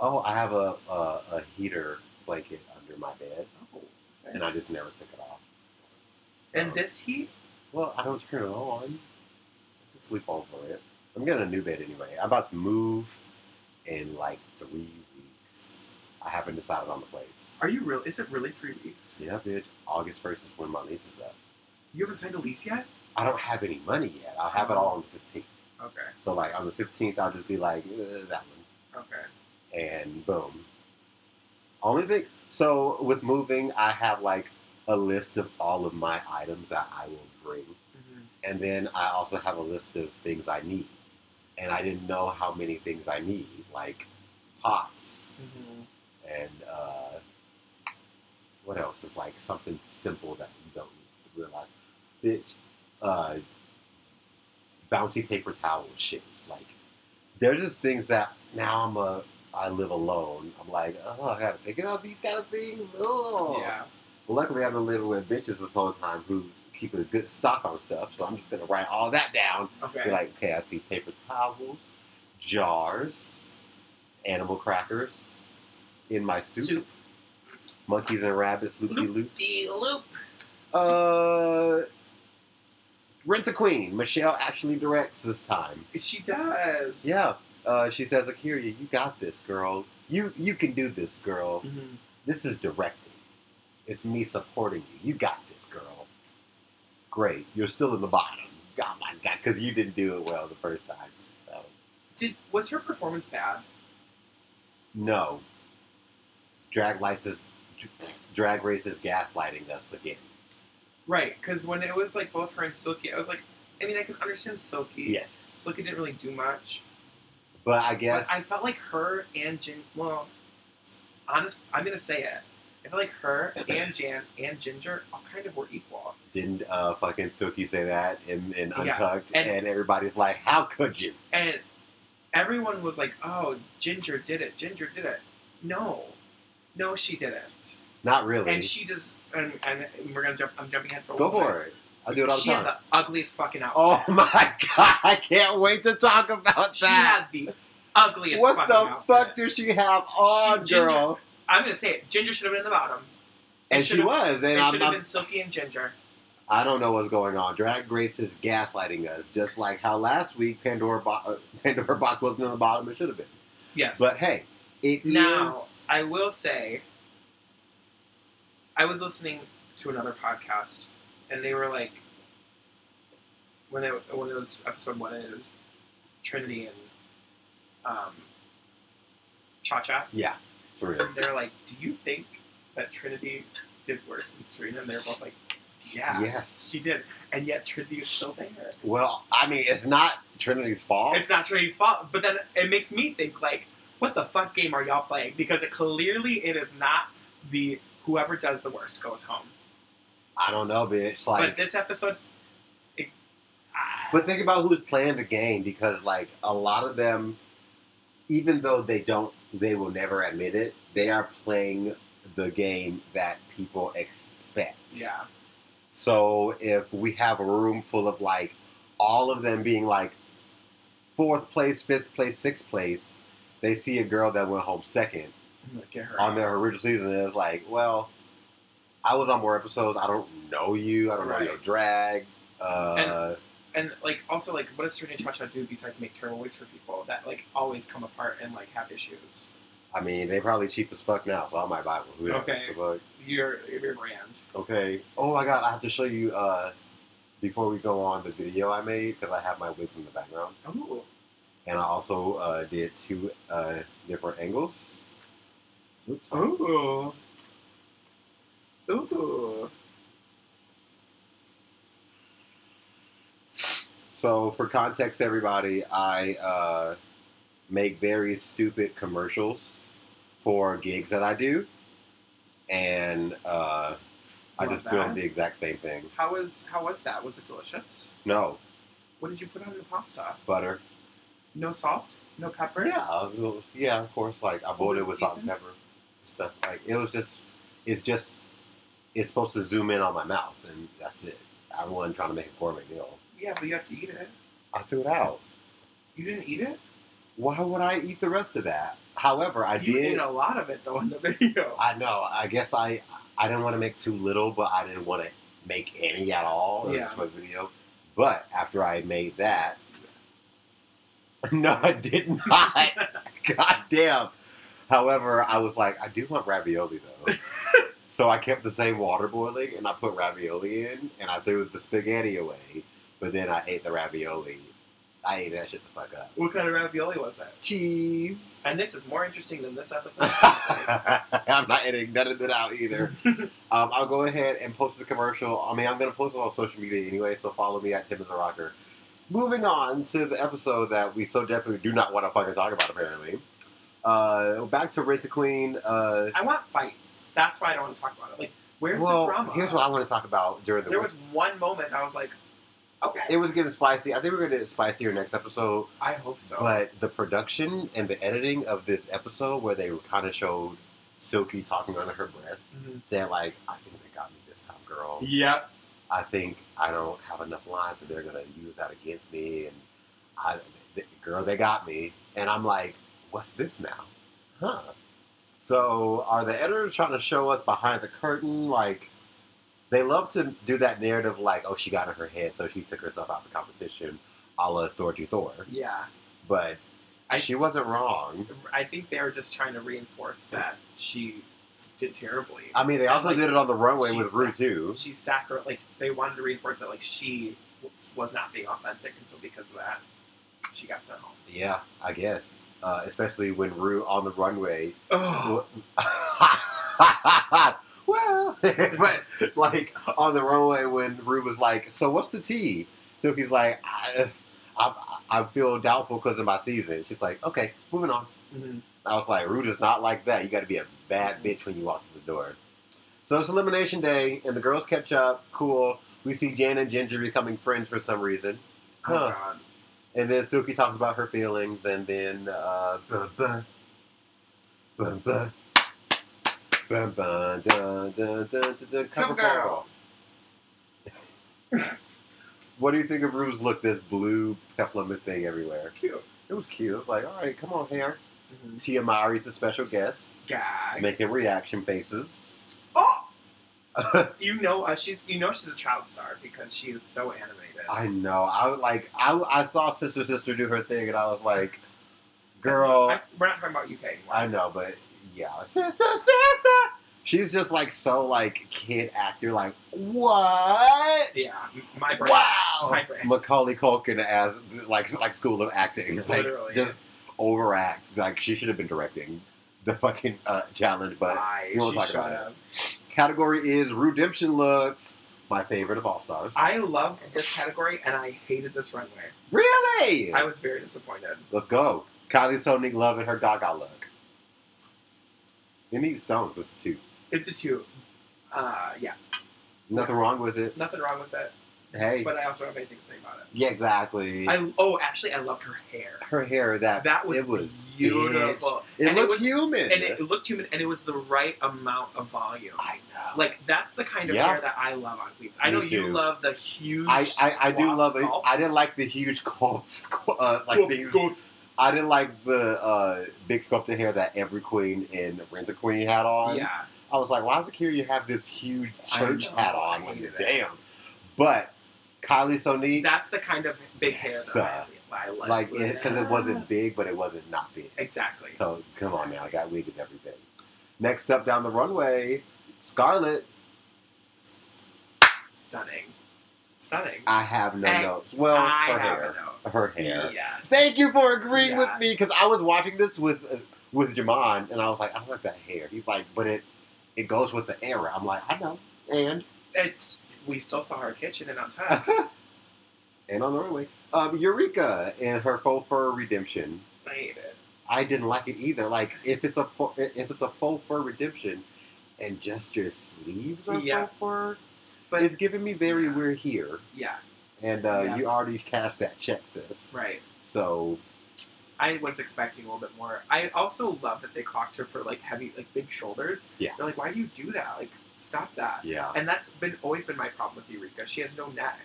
C: Oh, I have a, a, a heater blanket under my bed,
B: Oh.
C: and I just never took it off.
B: And
C: So-
B: this heat?
C: Well, I don't turn it on. I can sleep over it. I'm getting a new bed anyway. I'm about to move in like three weeks. I haven't decided on the place.
B: Are you real? Is it really three weeks?
C: Yeah, bitch. August 1st is when my lease is up.
B: You haven't signed a lease yet?
C: I don't have any money yet. I'll have it all on the 15th.
B: Okay.
C: So, like, on the 15th, I'll just be like, "Eh, that one.
B: Okay.
C: And boom. Only thing. So, with moving, I have like a list of all of my items that I will bring
B: Mm-hmm,
C: and then I also have a list of things I need. And I didn't know how many things I need, like pots
B: Mm-hmm.
C: and uh, what else is like something simple that you don't realize. Bitch, uh, bounty paper towel shits. Like they're just things that now I'm a I live alone. I'm like, oh, I gotta pick up these kind of things. Oh.
B: Yeah.
C: Luckily, I've been living with bitches this whole time who keep a good stock on stuff, so I'm just gonna write all that down. Be
B: Okay.
C: like, okay, I see paper towels, jars, animal crackers in my soup,
B: Soup.
C: monkeys and rabbits, loop de loop.
B: De loop.
C: Uh, Rent a Queen. Michelle actually directs this time.
B: She does.
C: Yeah, uh, she says, Akira, you got this, girl. You you can do this, girl.
B: Mhm.
C: This is directing. It's me supporting you. You got this, girl. Great. You're still in the bottom. God, my God, because you didn't do it well the first time. So,
B: Did was her performance bad?
C: no. Drag license, drag race is gaslighting us again.
B: Right, because when it was like both her and Silky, I was like, I mean, I can understand Silky.
C: Yes,
B: Silky didn't really do much.
C: but I guess
B: But I felt like her and Jin. Well, honest, I'm gonna say it. I feel like her and Jan and Ginger all kind of were equal.
C: didn't uh, fucking Silky say that in, in
B: Yeah,
C: Untucked,
B: and-
C: and everybody's like, "How could you?"
B: And everyone was like, "Oh, Ginger did it. Ginger did it." No, no, she didn't.
C: Not really.
B: And she just and, and we're gonna jump. I'm jumping ahead for a
C: Go
B: little bit.
C: for it. I do it all the
B: she
C: time.
B: had the ugliest fucking outfit.
C: oh my god! I can't wait to talk about
B: she
C: that.
B: had the ugliest
C: What
B: fucking
C: the
B: outfit.
C: fuck does she have on,
B: She- Ginger-
C: girl?
B: I'm gonna say it. Ginger should have been in the bottom. It
C: And she
B: should've-
C: was, and
B: it
C: I'm,
B: should have
C: I'm,
B: been Silky and Ginger.
C: I don't know what's going on. Drag Race is gaslighting us, just like how last week Pandora Bo- uh, Pandora Box wasn't in the bottom; it should have been.
B: Yes.
C: But hey, it is
B: Now, I will say, I was listening to another podcast, and they were like, when it when it was episode one, and it was Trinity and um, Cha Cha.
C: yeah, it's real.
B: They were like, "Do you think that Trinity did worse than Serena?" And they were both like, "Yeah,
C: Yes,
B: she did," and yet Trinity is still there.
C: Well, I mean, it's not Trinity's fault.
B: It's not Trinity's fault, but then it makes me think like, what the fuck game are y'all playing? Because it, clearly it is not the whoever does the worst goes home.
C: I don't know, bitch. Like,
B: but this episode, it, ah,
C: But think about who's playing the game because, like, a lot of them, even though they don't, they will never admit it, they are playing the game that people expect.
B: yeah,
C: So if we have a room full of, like, all of them being, like, fourth place, fifth place, sixth place, they see a girl that went home second
B: I'm gonna get her.
C: on their original season, and it's like, well, I was on more episodes. I don't know you. I don't know your
B: Right.
C: drag. Uh,
B: and like also like, what does Trinity and Cha do besides make terrible wigs for people that like always come apart and like have issues?
C: I mean, they probably cheap as fuck now, so I might buy one. Who knows?
B: Okay.
C: But,
B: Your your brand,
C: okay. Oh my god, I have to show you uh, before we go on the video I made because I have my wigs in the background,
B: Ooh.
C: and I also uh, did two uh, different angles. Oops.
B: Ooh. Ooh.
C: So, for context, everybody, I uh, make very stupid commercials for gigs that I do, and uh, I
B: Not
C: just
B: bad.
C: filmed the exact same thing.
B: How was how was that? Was it delicious?
C: No
B: What did you put on the pasta?
C: butter.
B: No salt? No pepper?
C: Yeah, I was- yeah, of course. Like I boiled it with salt and
B: Season?
C: pepper, stuff like it was just. It's just. It's supposed to zoom in on my mouth, and that's it. I wasn't trying to make a gourmet meal.
B: Yeah, but you have to eat it.
C: I threw it out.
B: You didn't eat it?
C: Why would I eat the rest of that? However, I
B: you
C: did.
B: ate a lot of it though in the video.
C: I know. I guess I I didn't want to make too little, but I didn't want to make any at all in
B: Yeah.
C: my video. But after I made that, no, I did not. God damn. However, I was like, I do want ravioli though. so I kept the same water boiling, and I put ravioli in, and I threw the spaghetti away. But then I ate the ravioli. I ate that shit the fuck up.
B: what kind of ravioli was it?
C: Cheese.
B: And this is more interesting than this episode. Please.
C: I'm not editing none of that out either. um, I'll go ahead and post the commercial. I mean, I'm going to post it on social media anyway, so follow me at Tim is a Rocker. Moving on to the episode that we so definitely do not want to fucking talk about, apparently. Uh, back to Rent a Queen. Uh,
B: I want fights. That's why I don't want to talk about it. Like, where's
C: well,
B: the drama?
C: here's what I want to talk about during the
B: there
C: week.
B: was one moment that I was like, okay,
C: It was getting spicy. I think we're going to get spicier next episode.
B: I hope so.
C: But the production and the editing of this episode, where they kind of showed Silky talking under her breath,
B: Mhm.
C: saying like, "I think they got me this time, girl.
B: Yep.
C: I think I don't have enough lines that they're gonna use that against me." And I, th- girl, they got me. And I'm like, "What's this now? Huh?" So are the editors trying to show us behind the curtain? Like, they love to do that narrative, like, "Oh, she got in her head, so she took herself out of the competition." A la Thor to Thor,
B: Yeah.
C: but
B: I-
C: she wasn't wrong.
B: I think they were just trying to reinforce that she did terribly.
C: I mean, they also
B: Like,
C: did it on the runway
B: she
C: with Rue too.
B: she sacri- like they wanted to reinforce that like she was, was not being authentic, and so because of that, she got sent home.
C: Yeah, I guess. Uh, especially when Rue on the runway.
B: Oh,
C: well, but like on the runway when Rue was like, "So what's the tea?" Silky's like, "I, I, I feel doubtful because of my season." She's like, "Okay, moving on."
B: Mm-hmm.
C: I was like, Rude is not like that. You got to be a bad bitch when you walk through the door. So it's elimination day, and the girls catch up. Cool. We see Jan and Ginger becoming friends for some reason.
B: oh
C: Huh.
B: god,
C: And then Silky talks about her feelings, and then uh, bum bum, bum bum, bum bum, dun dun dun dun dun.
B: Cover
C: Cover
B: girl.
C: girl. what do you think of Rue's look? This blue peplum thing everywhere.
B: cute.
C: It was cute. I was like, all right, come on, hair. Tia Mowry's a special guest,
B: Mm-hmm. Gag.
C: making reaction faces.
B: oh, you know uh, she's you know she's a child star because she is so animated.
C: I know. I was like. I, I saw Sister Sister do her thing, and I was like, girl.
B: I- we're not talking about UK anymore.
C: I know, but yeah, sister, sister. She's just like so like kid actor, like what?
B: yeah, m- my brain.
C: Wow.
B: My brain.
C: Macaulay Culkin as like like School of Acting, like
B: Literally.
C: just overact. Like she should have been directing the fucking uh, challenge, but
B: Why?
C: we won't
B: She
C: talk
B: should
C: about it.
B: have.
C: category is redemption looks. My favorite of all stars.
B: I love this category and I hated this runway.
C: really.
B: I was very disappointed.
C: Let's go. Kylie Sonic Love and her Gaga look. It needs stones. It's two.
B: It's a two. Uh, yeah,
C: Nothing wrong with it.
B: nothing wrong with it,
C: Hey.
B: but I also don't have anything to say about it.
C: Yeah, exactly.
B: I oh, actually, I loved her hair.
C: her hair that
B: That was,
C: it was
B: beautiful.
C: It
B: And it
C: looked
B: was-
C: human.
B: And it, it looked human, and it was the right amount of volume.
C: I know.
B: Like that's the kind of
C: Yeah.
B: hair that I love on queens. I
C: Me
B: know you
C: too.
B: love the huge.
C: I, I, I do
B: coif
C: love it.
B: sculpt.
C: I didn't like the huge cult scu- uh, like
B: Coif,
C: things.
B: coif.
C: I didn't like the uh, big sculpted hair that every queen in Rent a Queen had on.
B: Yeah,
C: I was like, why the here you have this huge
B: I
C: church
B: know,
C: hat
B: I
C: on? Like,
B: hated it.
C: damn. But Kylie Sonique,
B: that's the kind of big
C: Yes,
B: hair
C: uh,
B: that I, I like.
C: like, because it wasn't big, but it wasn't not big.
B: exactly.
C: So come on now, I got wig and everything. Next up down the runway, Scarlett.
B: S- stunning. stunning.
C: I have no
B: I-
C: notes. Well,
B: I
C: her
B: have
C: hair.
B: a note.
C: Her hair.
B: Yeah.
C: Thank you for agreeing
B: Yeah.
C: with me because I was watching this with uh, with Jamon and I was like, I don't like that hair. He's like, but it it goes with the era. I'm like, I know. And
B: It's we still saw her kitchen and untucked.
C: and on the runway, um, Eureka and her faux fur redemption.
B: I hate it.
C: I didn't like it either. Like if it's a fo- if it's a faux fur redemption, and just your sleeves are
B: Yeah.
C: faux fur,
B: But-
C: but it's giving me very
B: Yeah.
C: we're here,
B: Yeah,
C: and uh,
B: Yeah.
C: you already cashed that check, sis.
B: right.
C: So
B: I was expecting a little bit more. I also love that they clocked her for like heavy, like big shoulders.
C: Yeah.
B: They're like, why do you do that? Like, stop that.
C: yeah,
B: And that's been always been my problem with Eureka. She has no neck.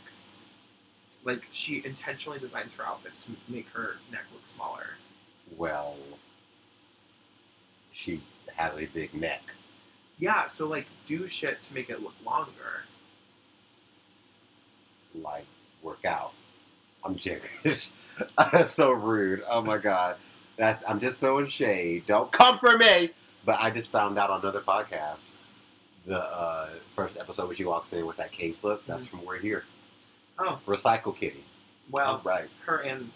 B: Like she intentionally designs her outfits to make her neck look smaller.
C: well, she has a big neck.
B: Yeah, so like do shit to make it look longer.
C: Like work out. I'm joking. That's so rude. Oh my god. That's I'm just throwing shade. Don't come for me. But I just found out on another podcast, the uh, first episode where she walks in with that cage look. That's from We're Here.
B: Oh.
C: Recycle Kitty.
B: Well,
C: right.
B: her and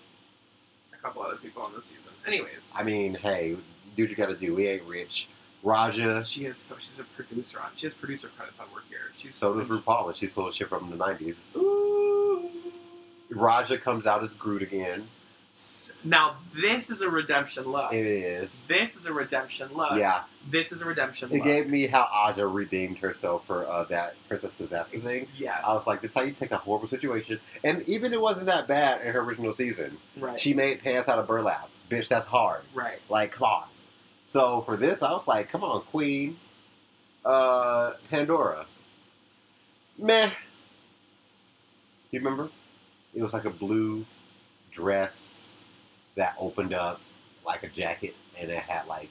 B: a couple other people on the season. Anyways,
C: I mean, hey, do what you gotta do. We ain't rich. Raja.
B: she is she's a producer on she has producer credits on Work Here. She's
C: So does RuPaul. and She's pulling shit from the '90s.
B: Ooh.
C: Raja comes out as Groot again.
B: S- Now this is a redemption look.
C: It is.
B: This is a redemption look.
C: Yeah.
B: This is a redemption
C: It
B: look.
C: gave me how Aja redeemed herself for uh, that Princess Disaster thing.
B: yes.
C: I was like, this is how you take a horrible situation. And even it wasn't that bad in her original season.
B: right.
C: She made pants out of burlap. Bitch, that's hard.
B: right.
C: Like, come on. So for this, I was like, come on, Queen. Uh, Pandora. Meh. You remember? It was like a blue dress that opened up like a jacket and it had like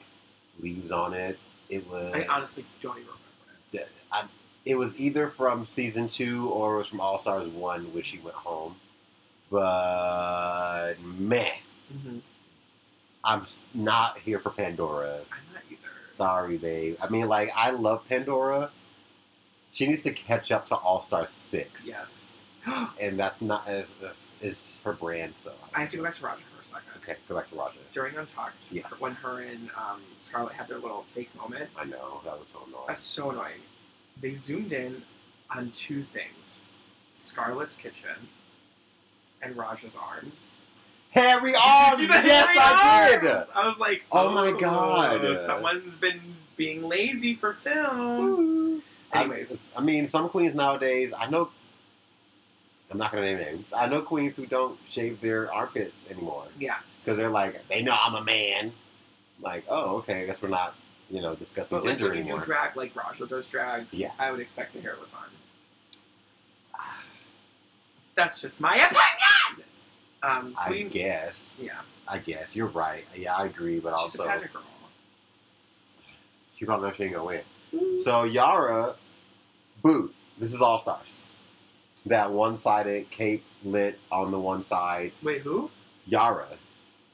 C: leaves on it. It was.
B: I honestly don't even remember it.
C: I, it was either from season two or it was from All Stars one, which she went home. But meh,
B: Mm-hmm.
C: I'm s- not here for Pandora.
B: I'm not either.
C: Sorry, babe. I mean, like I love Pandora. She needs to catch up to All Star six.
B: Yes.
C: and that's not as as is her brand. So
B: I have to go back to Roger for a second.
C: Okay, go back to Roger.
B: During Untucked,
C: Yes.
B: her- when her and um, Scarlett had their little fake moment,
C: I know that was so annoying.
B: that's so annoying. They zoomed in on two things Scarlett's kitchen and Raja's arms.
C: Hairy
B: Did
C: arms.
B: you see the
C: Oh, yes,
B: hairy
C: I did.
B: arms? I was like, "Oh,
C: Oh my God.
B: Someone's been being lazy for film. Anyways,
C: I, I mean, some queens nowadays, I know. I'm not gonna name names. I know queens who don't shave their armpits anymore
B: yeah.
C: because they're like, they know I'm a man. Like, oh, okay, I guess we're not, you know, discussing
B: But like,
C: gender
B: when you do
C: anymore.
B: drag, like Raja does drag,
C: Yeah.
B: I would expect a hairless arm. That's just my opinion. Um,
C: I
B: Queen,
C: guess.
B: Yeah.
C: I guess you're right. Yeah, I agree, but
B: she's a
C: also
B: pageant girl.
C: she probably knows she ain't gonna win. So Yara, boot. This is all stars. That one-sided cape lit on the one side.
B: Wait, who?
C: Yara,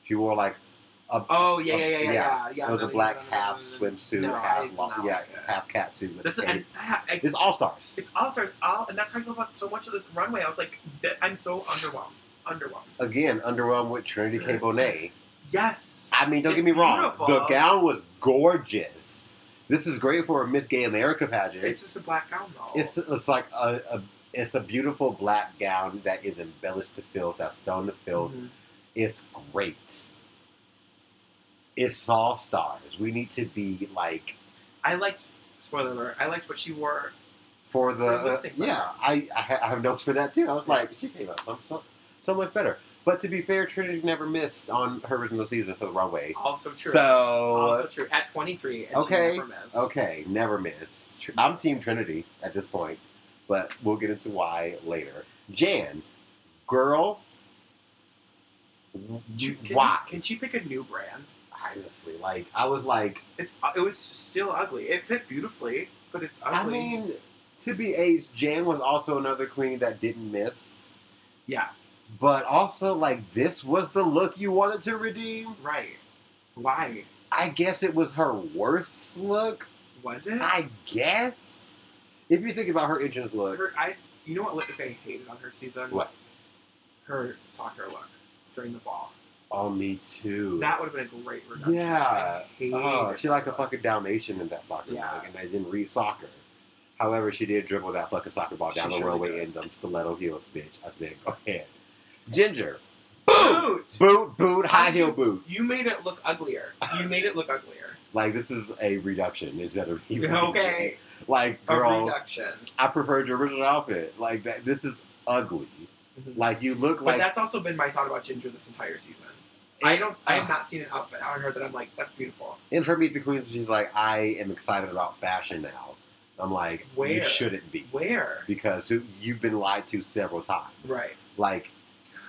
C: she wore like a
B: Oh yeah, yeah, yeah, yeah,
C: Yeah.
B: yeah. yeah
C: It was
B: no,
C: a
B: no,
C: black
B: no, no, no, no,
C: half
B: no, no.
C: swimsuit,
B: No, I
C: half
B: did
C: long,
B: not
C: yeah,
B: like that.
C: half cat suit. With
B: This is
C: cape.
B: and, ah, it's,
C: it's all stars.
B: it's all stars. All and that's how I feel about so much of this runway. I was like, th- I'm so underwhelmed. Underwhelmed.
C: Again, underwhelmed with Trinity K. Bonet.
B: Yes.
C: I mean, don't
B: It's
C: get me wrong.
B: beautiful.
C: The gown was gorgeous. This is great for a Miss Gay America pageant.
B: It's just a black gown though.
C: it's, it's like a, a it's a beautiful black gown that is embellished to filth, that's sewn to filth.
B: Mhm.
C: It's great. It's all stars. We need to be like
B: I liked. Spoiler alert. I liked what she wore.
C: for
B: For
C: the
B: lip sync
C: yeah. I, I ha- I have notes for that too. I was like, she came out so, so, so much better. But to be fair, Trinity never missed on her original season for the runway.
B: Also Oh, true. also
C: So
B: true. At 23, and
C: Okay.
B: she never missed.
C: okay, never miss.
B: True.
C: I'm Team Trinity at this point, but we'll get into why later. Jan, girl,
B: Ju- Can
C: why?
B: You, can she pick a new brand?
C: Honestly, like I was like,
B: It's uh, it was still ugly. It fit beautifully, but it's ugly.
C: I mean, to be aged, Jan was also another queen that didn't miss.
B: yeah,
C: But also, like, this was the look you wanted to redeem?
B: right. Why
C: I guess it was her worst look.
B: was it?
C: I guess. If you think about her entrance look,
B: Her- I You know what look that they hated on her season?
C: What?
B: Her soccer look during the ball.
C: Oh, me too.
B: That would have been a great reduction.
C: Yeah.
B: I hated
C: Oh, she like a
B: her.
C: fucking Dalmatian in that soccer
B: Yeah.
C: ball, and I didn't read soccer. However, she did dribble that fucking soccer ball
B: She
C: down the
B: surely
C: runway
B: did.
C: in them stiletto heels, bitch. I said, go ahead. Ginger,
B: Boot!
C: boot, boot, high heel boot.
B: You made it look uglier. You made it look uglier.
C: Like this is a reduction instead of reduction.
B: okay.
C: Like
B: A
C: girl,
B: reduction.
C: I preferred your original outfit. Like that. This is ugly.
B: Mhm.
C: Like you look
B: But
C: like
B: that's also been my thought about Ginger this entire season. I don't. I
C: Uh.
B: have not seen an outfit on her that I'm like, that's beautiful.
C: in her Meet the Queens. She's like, I am excited about fashion now. I'm like, you
B: Where?
C: shouldn't be
B: Where?
C: because you- you've been lied to several times.
B: Right.
C: Like,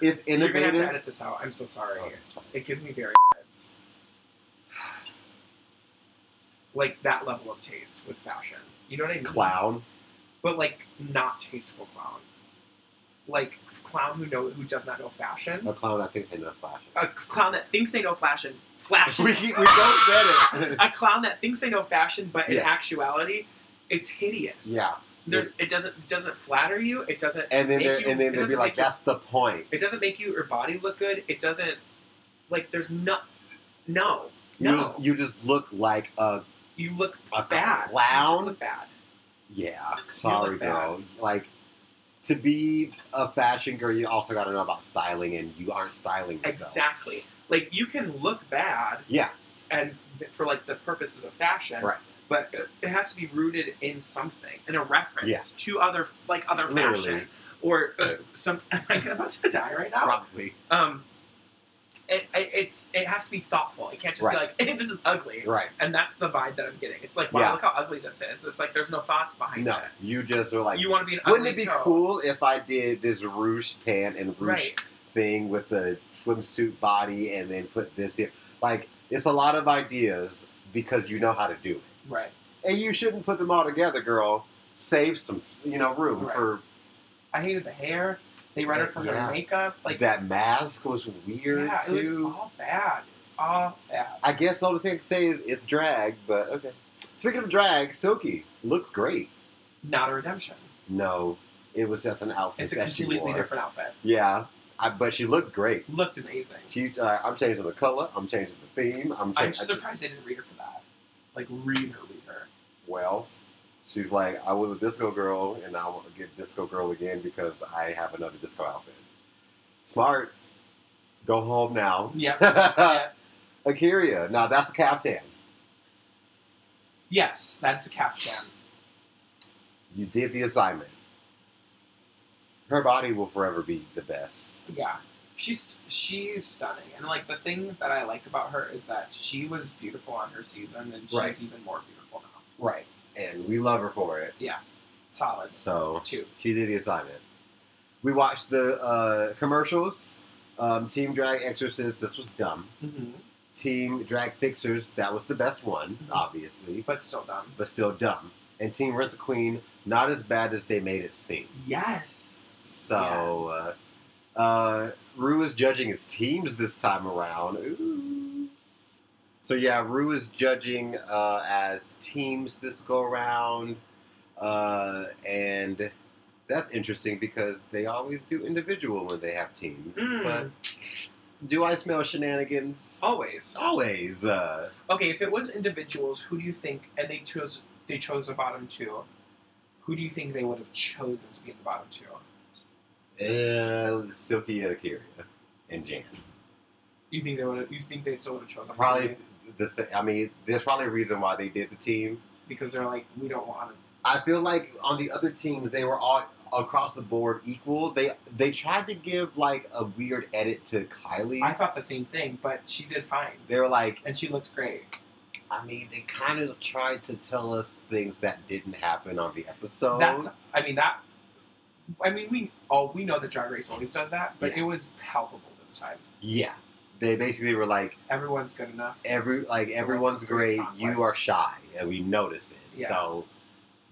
C: it's
B: You're gonna have to
C: innovative.
B: edit this out. I'm so sorry.
C: Oh, it's fine.
B: It gives me very like that level of taste with fashion. You know what I mean?
C: Clown.
B: But like not tasteful clown. Like clown who know who does not know fashion.
C: A clown that thinks they know fashion.
B: A clown that thinks they know fashion. Flash.
C: we keep, we don't get it.
B: a clown that thinks they know fashion, but in
C: Yes.
B: actuality, it's hideous.
C: yeah.
B: There's it doesn't it doesn't flatter you. It doesn't
C: And then
B: make
C: they're
B: you-
C: and
B: it
C: then they'd be
B: doesn't
C: like,
B: make you-
C: that's the point.
B: it doesn't make you your body look good. It doesn't like there's no no
C: You
B: no.
C: just, you just look like a
B: You look
C: A
B: bad. You
C: clown?
B: just look bad.
C: yeah. Sorry,
B: bad.
C: girl. Like. To be a fashion girl, you also got to know about styling, and you aren't styling yourself.
B: Exactly. Like you can look bad
C: Yeah,
B: and for like the purposes of fashion,
C: Right.
B: But it has to be rooted in something, in a reference to other like other
C: Literally.
B: fashion or some. Am I about to die right now?
C: probably.
B: Um, it, it, it's it has to be thoughtful. It can't just
C: Right.
B: be like hey, this is ugly,
C: Right.
B: and that's the vibe that I'm getting. It's like wow,
C: Yeah.
B: look how ugly this is. It's like there's no thoughts behind
C: No,
B: it.
C: you just are like.
B: you want to be an
C: Wouldn't
B: ugly
C: it be
B: toe.
C: cool if I did this ruche pant and ruche
B: Right.
C: thing with the swimsuit body and then put this here? Like, it's a lot of ideas because you know how to do it.
B: Right.
C: And you shouldn't put them all together, girl. Save some, you know, room
B: Right.
C: for
B: I hated the hair. They read her for
C: Yeah.
B: her makeup. Like
C: that mask was weird
B: yeah,
C: too.
B: it was all bad. It's all bad.
C: I guess all the thing to say is it's drag, but okay. Speaking of drag, Silky looked great.
B: Not a redemption.
C: No, it was just an outfit
B: It's a
C: that she
B: completely
C: wore.
B: different outfit.
C: Yeah, I, but she looked great.
B: Looked amazing.
C: She, uh, I'm changing the color. I'm changing the theme. I'm
B: I'm
C: changing.
B: surprised they didn't read her for that. Like read her, read her.
C: well, she's like, I was a disco girl, and I will get disco girl again because I have another disco outfit. Smart. Go home now.
B: Yeah.
C: Akiria. Now that's a caftan.
B: Yes, that's a caftan.
C: You did the assignment. Her body will forever be the best.
B: Yeah. She's she's stunning. And like the thing that I like about her is that she was beautiful on her season and she's
C: Right.
B: even more beautiful now.
C: Right. And we love her for it.
B: Solid.
C: So
B: Two.
C: She did the assignment. We watched the uh, commercials. Um, Team Drag Exorcist, this was dumb.
B: Mm-hmm.
C: Team Drag Fixers, that was the best one,
B: Mhm.
C: obviously,
B: But still dumb.
C: but still dumb. And Team Rent a Queen, not as bad as they made it seem.
B: Yes.
C: So, uh, uh, Rue is judging his teams this time around. Ooh. So, yeah, Rue is judging uh, as teams this go around. Uh, and that's interesting because they always do individual when they have teams.
B: Mm. Oh.
C: But do I smell shenanigans?
B: Always.
C: Always. Uh,
B: Okay, if it was individuals, who do you think? And they chose they chose the bottom two. Who do you think they would have chosen to be in the bottom two?
C: uh, Silky and Akira and Jan.
B: You think they would? have You think they still would have chosen?
C: Probably
B: Harmony?
C: the sa- I mean, there's probably a reason why they did the team.
B: because they're like, we don't want to.
C: I feel like on the other teams they were all across the board equal. They they tried to give like a weird edit to Kylie.
B: I thought the same thing, but she did fine,
C: they were like,
B: and she looked great.
C: I mean, they kind of tried to tell us things that didn't happen on the episode.
B: That's. I mean that. I mean we all we know that Drag Race always does that, but
C: Yeah.
B: it was palpable this time.
C: yeah. They basically were like
B: Everyone's good enough.
C: every like
B: So
C: everyone's
B: it's a great
C: great. You
B: conflict.
C: are shy, and we notice it.
B: Yeah.
C: So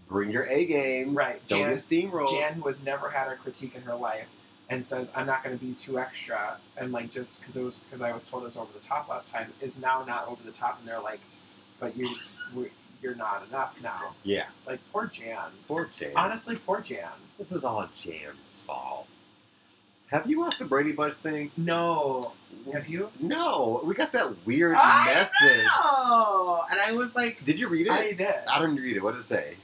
C: bring your A game.
B: right,
C: Don't
B: Jan.
C: get steamrolled.
B: Jan, who has never had a critique in her life, and says, "I'm not going to be too extra," and like just because it was because I was told it was over the top last time, is now not over the top, and they're like, "But you, we, you're not enough now.
C: Yeah.
B: Like poor Jan.
C: Poor Jan.
B: Honestly, poor Jan.
C: this is all Jan's fault. Have you watched the Brady Bunch thing?
B: No, have you?
C: No. We got that weird
B: I
C: message.
B: know! And I was like,
C: Did you read it?
B: I did.
C: I didn't read it. What did it say?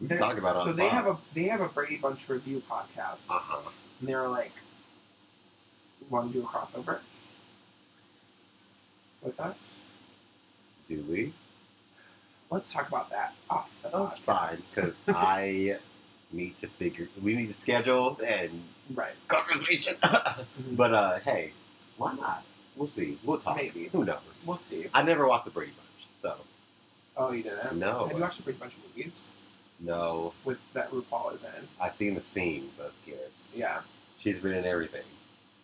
C: We
B: They're-
C: can talk about it.
B: So they have a they have a Brady Bunch review podcast,
C: Uh huh.
B: and they were like, "Want to do a crossover with us?
C: Do we?
B: Let's talk about that off the
C: That's fine
B: podcast."
C: because I need to figure. We need to schedule and
B: Right?
C: conversation.
B: Mm-hmm.
C: but uh, hey, why not? We'll see. We'll talk.
B: Maybe.
C: Who knows?
B: We'll see.
C: I never watched the Brady Bunch,
B: Oh, you
C: so
B: didn't?
C: no,
B: Have you watched a Brady Bunch of movies
C: no.
B: with that RuPaul is in?
C: I seen the scene, but cares?
B: Yeah,
C: She's been in everything.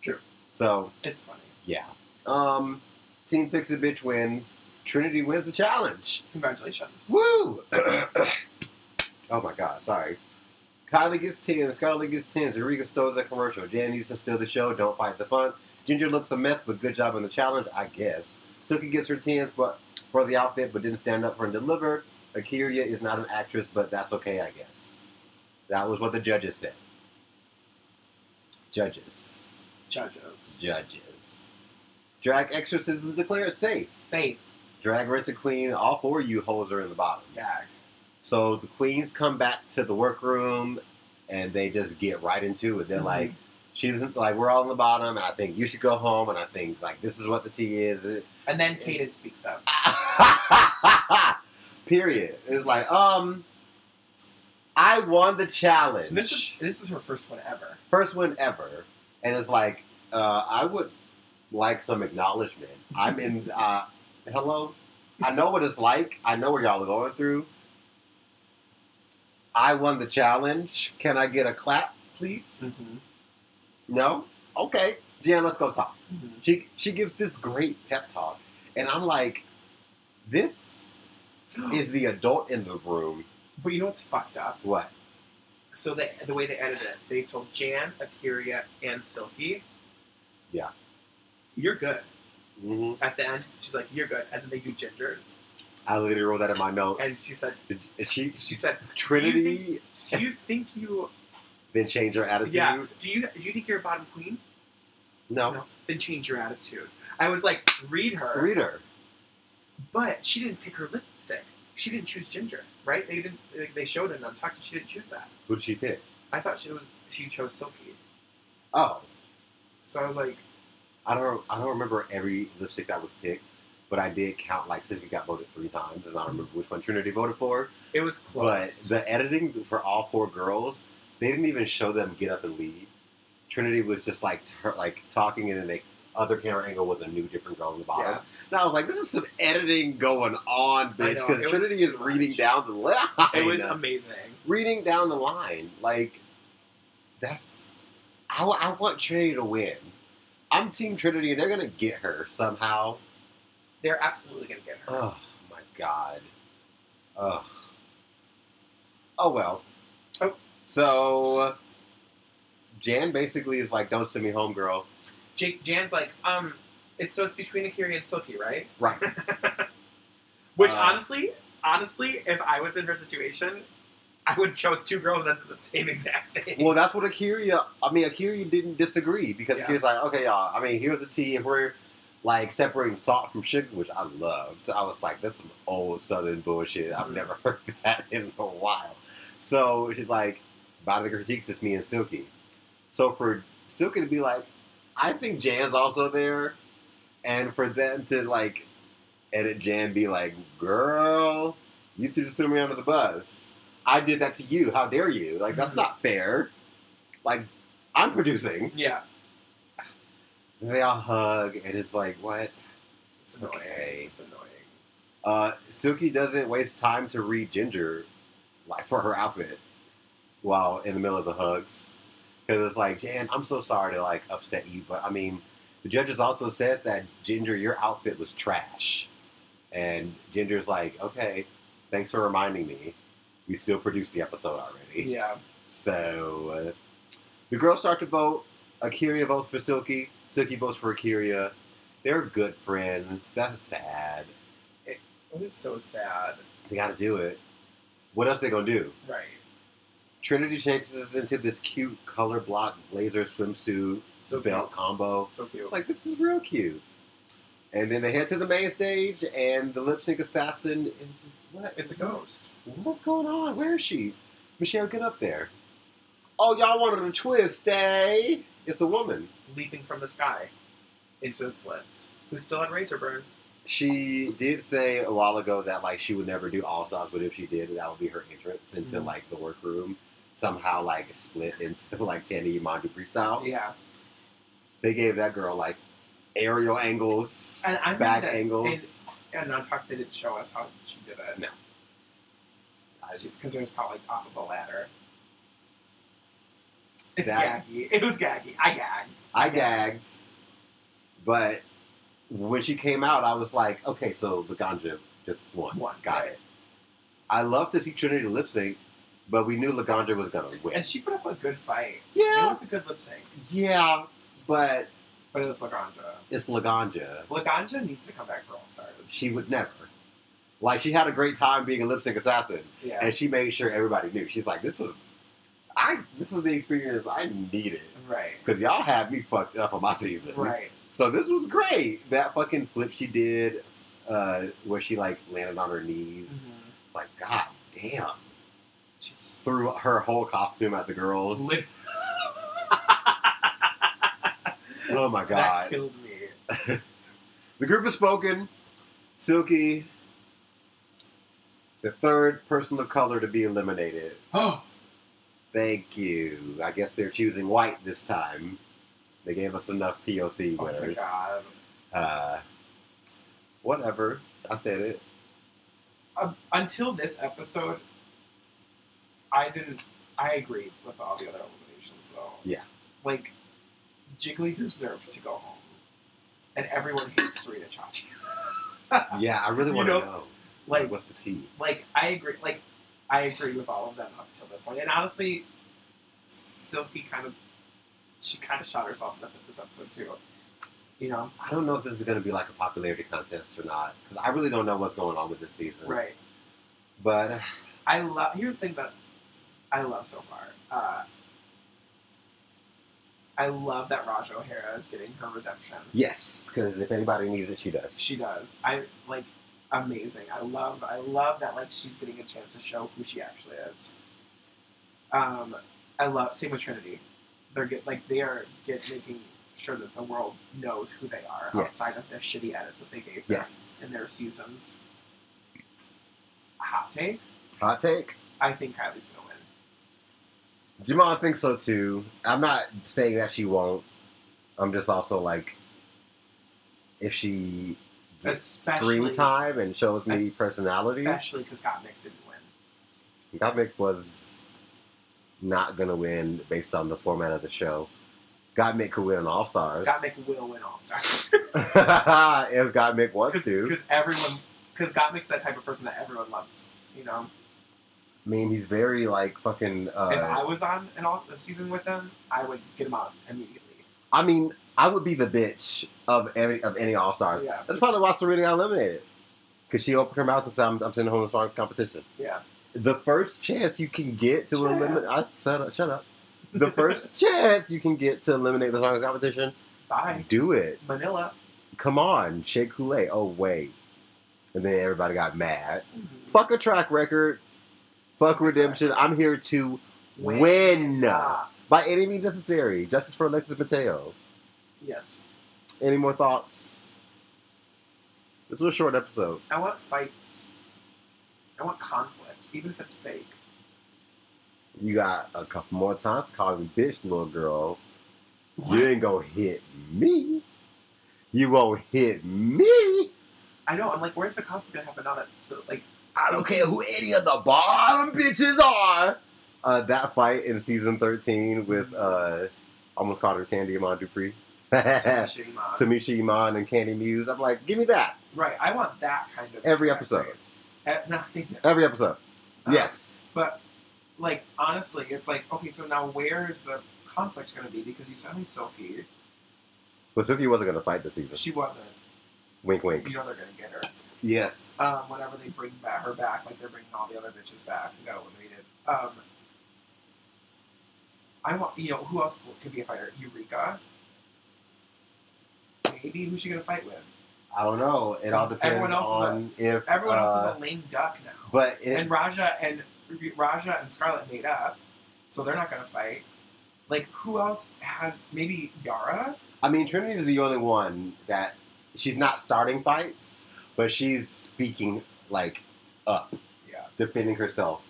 B: True.
C: So
B: it's funny.
C: yeah. Um, Team Fix It Bitch wins. Trinity wins the challenge.
B: Congratulations.
C: Woo! oh my god, sorry. Kylie gets 10, Scarlett gets 10, Zuriga stole the commercial, Jan needs to steal the show, don't fight the fun. Ginger looks a mess, but good job on the challenge, I guess. Silky gets her 10s but, for the outfit, but didn't stand up for and deliver. Akiria is not an actress, but that's okay, I guess. That was what the judges said. Judges.
B: Judges,
C: Judges. Drag exorcism declared safe.
B: safe
C: Drag Race and Queen, all four of you hoes are in the bottom.
B: gag.
C: So the queens come back to the workroom and they just get right into it. They're
B: Mhm.
C: like, she's like, we're all in the bottom, and I think you should go home, and I think like this is what the tea is.
B: And then Kaden speaks up.
C: Period. It's like, um, I won the challenge.
B: This is this is her first one ever.
C: first one ever, and it's like, uh, I would like some acknowledgement. I'm in. Uh, hello, I know what it's like. I know what y'all are going through. I won the challenge. Can I get a clap, please?
B: Mm-hmm.
C: No. Okay. Yeah, let's go talk.
B: Mm-hmm.
C: She she gives this great pep talk, and I'm like, this is the adult in the room.
B: But you know what's fucked up?
C: What?
B: So the the way they edited it, they told Jan, Akiria, and Silky,
C: Yeah.
B: you're good."
C: Mm-hmm.
B: At the end, she's like, "You're good," and then they do Ginger's,
C: I literally wrote that in my
B: and
C: notes.
B: she said,
C: And she,
B: "She said,
C: Trinity
B: do you think you,
C: then change her attitude.
B: yeah, do you do you think you're a bottom queen?
C: No.
B: No. Then change your attitude." I was like, "Read her,"
C: Reader.
B: but she didn't pick her lipstick. She didn't choose Ginger, right? They didn't. they- They showed it in Untucked, and she didn't choose that.
C: Who did she pick?
B: I thought she was she chose Silky,
C: Oh,
B: so I was like,
C: I don't. I don't remember every lipstick that was picked, but I did count like Cynthia got voted three times, and I don't remember which one Trinity voted for.
B: "It was close."
C: But the editing for all four girls, they didn't even show them get up and leave. Trinity was just like t- her, like talking, and then the other camera angle was a new different girl in the bottom.
B: Yeah.
C: And I was like, "This is some editing going on, bitch,"
B: know, it
C: because
B: was
C: Trinity
B: too
C: is reading
B: much.
C: down the line.
B: it was amazing.
C: reading down the line, like that's I, w- I want Trinity to win. I'm Team Trinity. and They're gonna get her somehow.
B: They're absolutely gonna get her.
C: Oh my god. Ugh. Oh well.
B: Oh.
C: So Jan basically is like, "Don't send me home, girl."
B: Jake Jan's like, um, it's so it's between Akiri and Silky, right?
C: Right.
B: Which
C: Uh,
B: honestly, honestly, if I was in her situation, I would have chose two girls and done the same exact thing.
C: Well, that's what Akira. I mean, Akira didn't disagree because
B: Yeah.
C: Akira's like, okay, y'all. I mean, here's the tea. If we're like separating salt from sugar, which I loved, I was like, that's some old Southern bullshit. I've
B: Mhm.
C: never heard that in a while. So she's like, by the critiques, it's me and Silky. So for Silky to be like, I think Jan's also there, and for them to like edit Jan be like, girl, you just threw me under the bus. I did that to you. How dare you? Like that's
B: Mhm.
C: not fair. Like I'm producing.
B: yeah,
C: And they all hug, and it's like what?
B: it's annoying.
C: Okay.
B: It's annoying.
C: Uh, Silky doesn't waste time to read Ginger, like for her outfit, while in the middle of the hugs, because it's like, Jan, I'm so sorry to like upset you, but I mean, the judges also said that Ginger, your outfit was trash, and Ginger's like, okay, thanks for reminding me. We still produced the episode already.
B: Yeah,
C: So uh, the girls start to vote. Akiria votes for Silky. Silky votes for Akiria. They're good friends. That's sad.
B: it was so sad.
C: They They got to do it. What else they gonna do?
B: Right.
C: Trinity changes into this cute color block blazer swimsuit
B: So
C: belt combo.
B: cute. So cute.
C: It's like this is real cute. And then they head to the main stage, and the lip sync assassin. Is, what?
B: it's a ghost.
C: What's going on? Where is she? Michelle, get up there. Oh, y'all wanted a twist, eh? It's a woman.
B: leaping from the sky into the splits, who still had razor burn.
C: She did say a while ago that like she would never do all stars, but if she did, that would be her entrance into
B: Mhm.
C: like the workroom. Somehow like split into like Sandy Imandu freestyle.
B: Yeah,
C: They gave that girl like aerial angles,
B: And I mean
C: back
B: that
C: angles.
B: is- and on top they didn't show us how she did it.
C: No.
B: because it was probably off of a ladder. It's
C: That-
B: gaggy. It was gaggy. I gagged.
C: I gagged, but when she came out, I was like, okay, so the ganja just won.
B: Won,
C: Got
B: right.
C: it. I love to see Trinity lip sync, but we knew Laganja was gonna win.
B: And she put up a good fight. It
C: yeah,
B: was a good lip sync,
C: yeah, but
B: but it was Laganja.
C: it's Laganja.
B: Laganja needs to come back for All Stars.
C: She would never. Like she had a great time being a lip sync assassin,
B: yeah.
C: and she made sure everybody knew. She's like, this was, I this was the experience I needed
B: right.
C: because y'all had me fucked up on my season.
B: Right. Mm-hmm.
C: So this was great. That fucking flip she did, uh, where she like landed on her knees.
B: Mhm.
C: Like, god damn.
B: She's
C: Threw her whole costume at the girls.
B: lit-
C: Oh my
B: that
C: god.
B: killed me.
C: The group has spoken. Silky, the third person of color to be eliminated.
B: Oh,
C: Thank you. I guess they're choosing white this time. They gave us enough POC
B: oh my
C: winners.
B: god.
C: uh, whatever. I said it.
B: um, until this episode, I didn't. I agreed with all the other eliminations, though.
C: Yeah.
B: Like, Jiggly deserved to go home, and everyone hates Serena Chachi.
C: Yeah, I really
B: Uh, You
C: want to
B: know,
C: know.
B: Like,
C: what's the tea?
B: like I agree. Like, I agree with all of them up until this point, and honestly, Silky kind of, she kind of shot herself in the foot this episode too. You know,
C: I don't know if this is going to be like a popularity contest or not because I really don't know what's going on with this season.
B: right?
C: But
B: I love. Here's the thing that I love so far. Uh, I love that Raj O'Hara is getting her redemption.
C: yes, because if anybody needs it, she does.
B: She does. I like amazing. I love. I love that like she's getting a chance to show who she actually is. Um, I love same with Trinity. They're get like they are get making sure that the world knows who they are
C: Yes.
B: outside of the shitty edits that they gave them
C: Yes.
B: in their seasons. Hot take.
C: Hot take.
B: I think Kylie's gonna win.
C: Jamal thinks so too. I'm not saying that she won't. I'm just also like, if she gets
B: Especially-
C: screen time and shows me
B: Es-
C: personality,
B: especially because Gottmik didn't win.
C: Gottmik was not gonna win based on the format of the show. Gottmik could win an All Stars.
B: Gottmik will win All Star
C: if Gottmik wants to.
B: because everyone because Gottmik's that type of person that everyone loves. You know,
C: I mean, he's very like fucking.
B: if
C: Uh,
B: I was on an all a season with them, I would get him out immediately.
C: I mean, I would be the bitch of any of any All Stars.
B: Yeah.
C: That's probably why Serena got eliminated because she opened her mouth and said, "I'm, I'm sending home the strong competition."
B: Yeah.
C: The first chance you can get to
B: Chance.
C: eliminate, I shut up, shut up. The first chance you can get to eliminate the strong competition,
B: Bye,
C: do it.
B: Manila.
C: Come on, shake Kool-Aid. Oh wait, and then everybody got mad. Fuck a track record. Fuck redemption. I'm here to win.
B: Ah,
C: by any means necessary. Justice for Alexis Mateo.
B: yes,
C: Any more thoughts? This was a short episode.
B: I want fights. I want conflict, even if it's fake.
C: You got a couple more times to call me bitch, little girl. You ain't gonna hit me. You won't hit me.
B: I know. I'm like, where's the conflict gonna happen now? That's so, like,
C: I don't care who any of the bottom bitches are. Uh, that fight in season 13 with, uh, almost called her Candy Iman Dupree.
B: Tanahashi Iman.
C: Tamisha Iman and Candy Muse. I'm like, give me that.
B: Right. I want that kind of
C: Every episode.
B: At nothing.
C: Every episode. Yes.
B: But like honestly, it's like okay, so now where is the conflict going to be? Because you said me Silky,
C: But Suki wasn't gonna fight this season.
B: she wasn't.
C: Wink, wink.
B: You know they're going to get her.
C: Yes.
B: um, whenever they bring back her back, like they're bringing all the other bitches back who got eliminated. Um, I want you know who else could be a fighter? Eureka, maybe who's she gonna fight with?
C: I don't know. It
B: Because
C: all depends
B: everyone else is a-
C: on if
B: Everyone else is
C: uh,
B: a lame duck now,
C: But it,
B: and Raja and Raja and Scarlet made up, so they're not gonna fight. Like who else has maybe Yara?
C: I mean, Trinity is the only one that she's not starting fights, but she's speaking like up,
B: Yeah.
C: defending herself,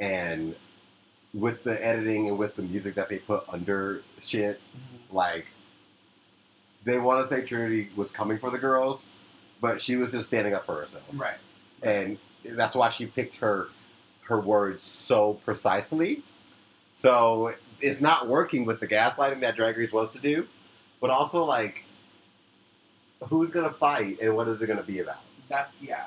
C: and with the editing and with the music that they put under shit, like they want to say Trinity was coming for the girls, but she was just standing up for herself,
B: Right.
C: and that's why she picked her her words so precisely. So it's not working with the gaslighting that Drag Race wants to do, but also like, who's gonna fight and what is it gonna be about?
B: That yeah.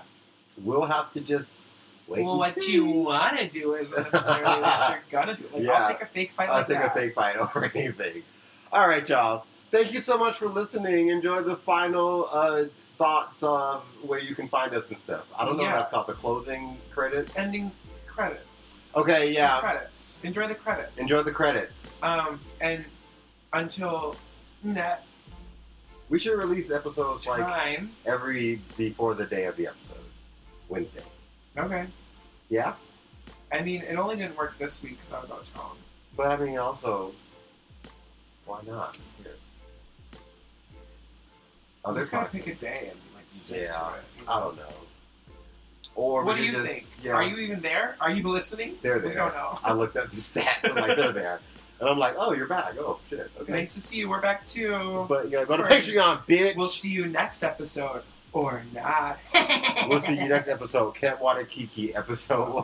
C: We'll have to just wait.
B: well,
C: and
B: what
C: see.
B: you want to do isn't necessarily what you're gonna do. Like,
C: Yeah.
B: I'll take a fake fight.
C: I'll
B: like
C: take
B: that.
C: a fake fight over anything. All right, y'all. Thank you so much for listening. Enjoy the final uh, thoughts of where you can find us and stuff. I don't know
B: Yeah.
C: if that's called the closing credits.
B: ending credits.
C: okay, yeah.
B: Credits. Enjoy the credits.
C: Enjoy the credits.
B: Um, and until net
C: We should release episodes like
B: time.
C: every before the day of the episode, Wednesday.
B: Okay.
C: Yeah,
B: I mean, it only didn't work this week because I was out of
C: Oh,
B: town.
C: but I mean also, why not? Here. Oh,
B: I'm
C: Other
B: just gonna
C: pod-
B: pick a day and like stick
C: Yeah,
B: to it. you
C: I
B: know?
C: don't know. Or
B: What do
C: we
B: you
C: could just-
B: think?
C: Yeah,
B: Are you even there? Are you listening?
C: They're
B: We
C: there.
B: don't know.
C: I looked at the stats. I'm like, they're there, and I'm like, oh, you're back. Oh shit. Okay.
B: Nice to see you. We're back too.
C: But yeah, go to
B: All right.
C: Patreon, bitch.
B: We'll see you next episode or not.
C: We'll see you next episode. Cat Water Kiki, episode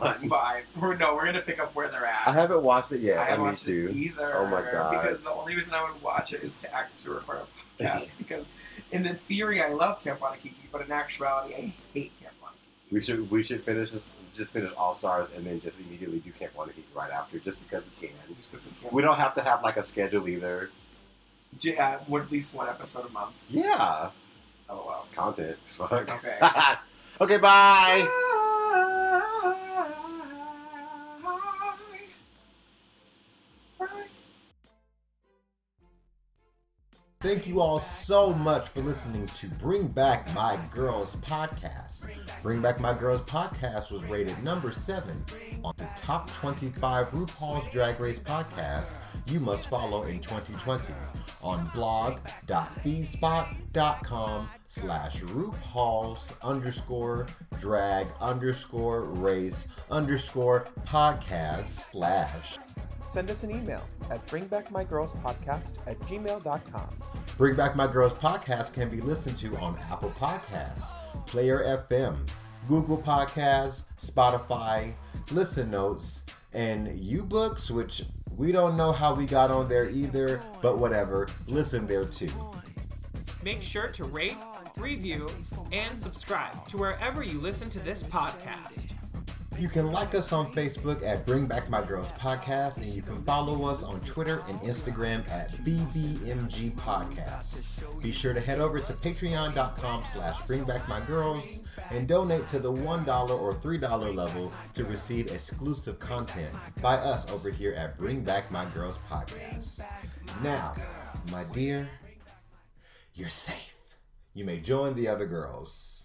C: one.
B: Five. We're no. We're gonna pick up where they're at.
C: I haven't watched it yet.
B: I haven't
C: I need
B: watched
C: to.
B: it either.
C: Oh my God.
B: Because the only reason I would watch it is to act to record a podcast. because in the theory, I love Camp Wanakiki, but in actuality, I hate Camp Wanakiki.
C: We should we should finish this, just finish All Stars and then just immediately do Camp One Heat right after, just because we can.
B: Just because we can't.
C: We don't have to have like a schedule either.
B: J- uh, would at least one episode a month.
C: Yeah,
B: LOL.
C: it's Oh, content. Fuck.
B: Okay.
C: okay. Bye.
B: Bye. Bye.
E: Thank you all so much for listening to Bring Back My Girls podcast. Bring Back My Girls podcast was rated number seven on the top 25 RuPaul's Drag Race podcasts you must follow in 2020 on blog.feedspot.com slash RuPaul's underscore drag underscore race underscore podcast slash
B: Send us an email at bringbackmygirlspodcast at gmail.com.
E: Bring Back My Girls podcast can be listened to on Apple Podcasts, Player FM, Google Podcasts, Spotify, Listen Notes, and UBooks, which we don't know how we got on there either, but whatever, listen there too.
F: Make sure to rate, review, and subscribe to wherever you listen to this podcast.
E: You can like us on Facebook at Bring Back My Girls Podcast, and you can follow us on Twitter and Instagram at BBMG Podcast. Be sure to head over to patreon.com slash Bring Back My Girls and donate to the $1 or $3 level to receive exclusive content by us over here at Bring Back My Girls Podcast. Now, my dear, you're safe. You may join the other girls.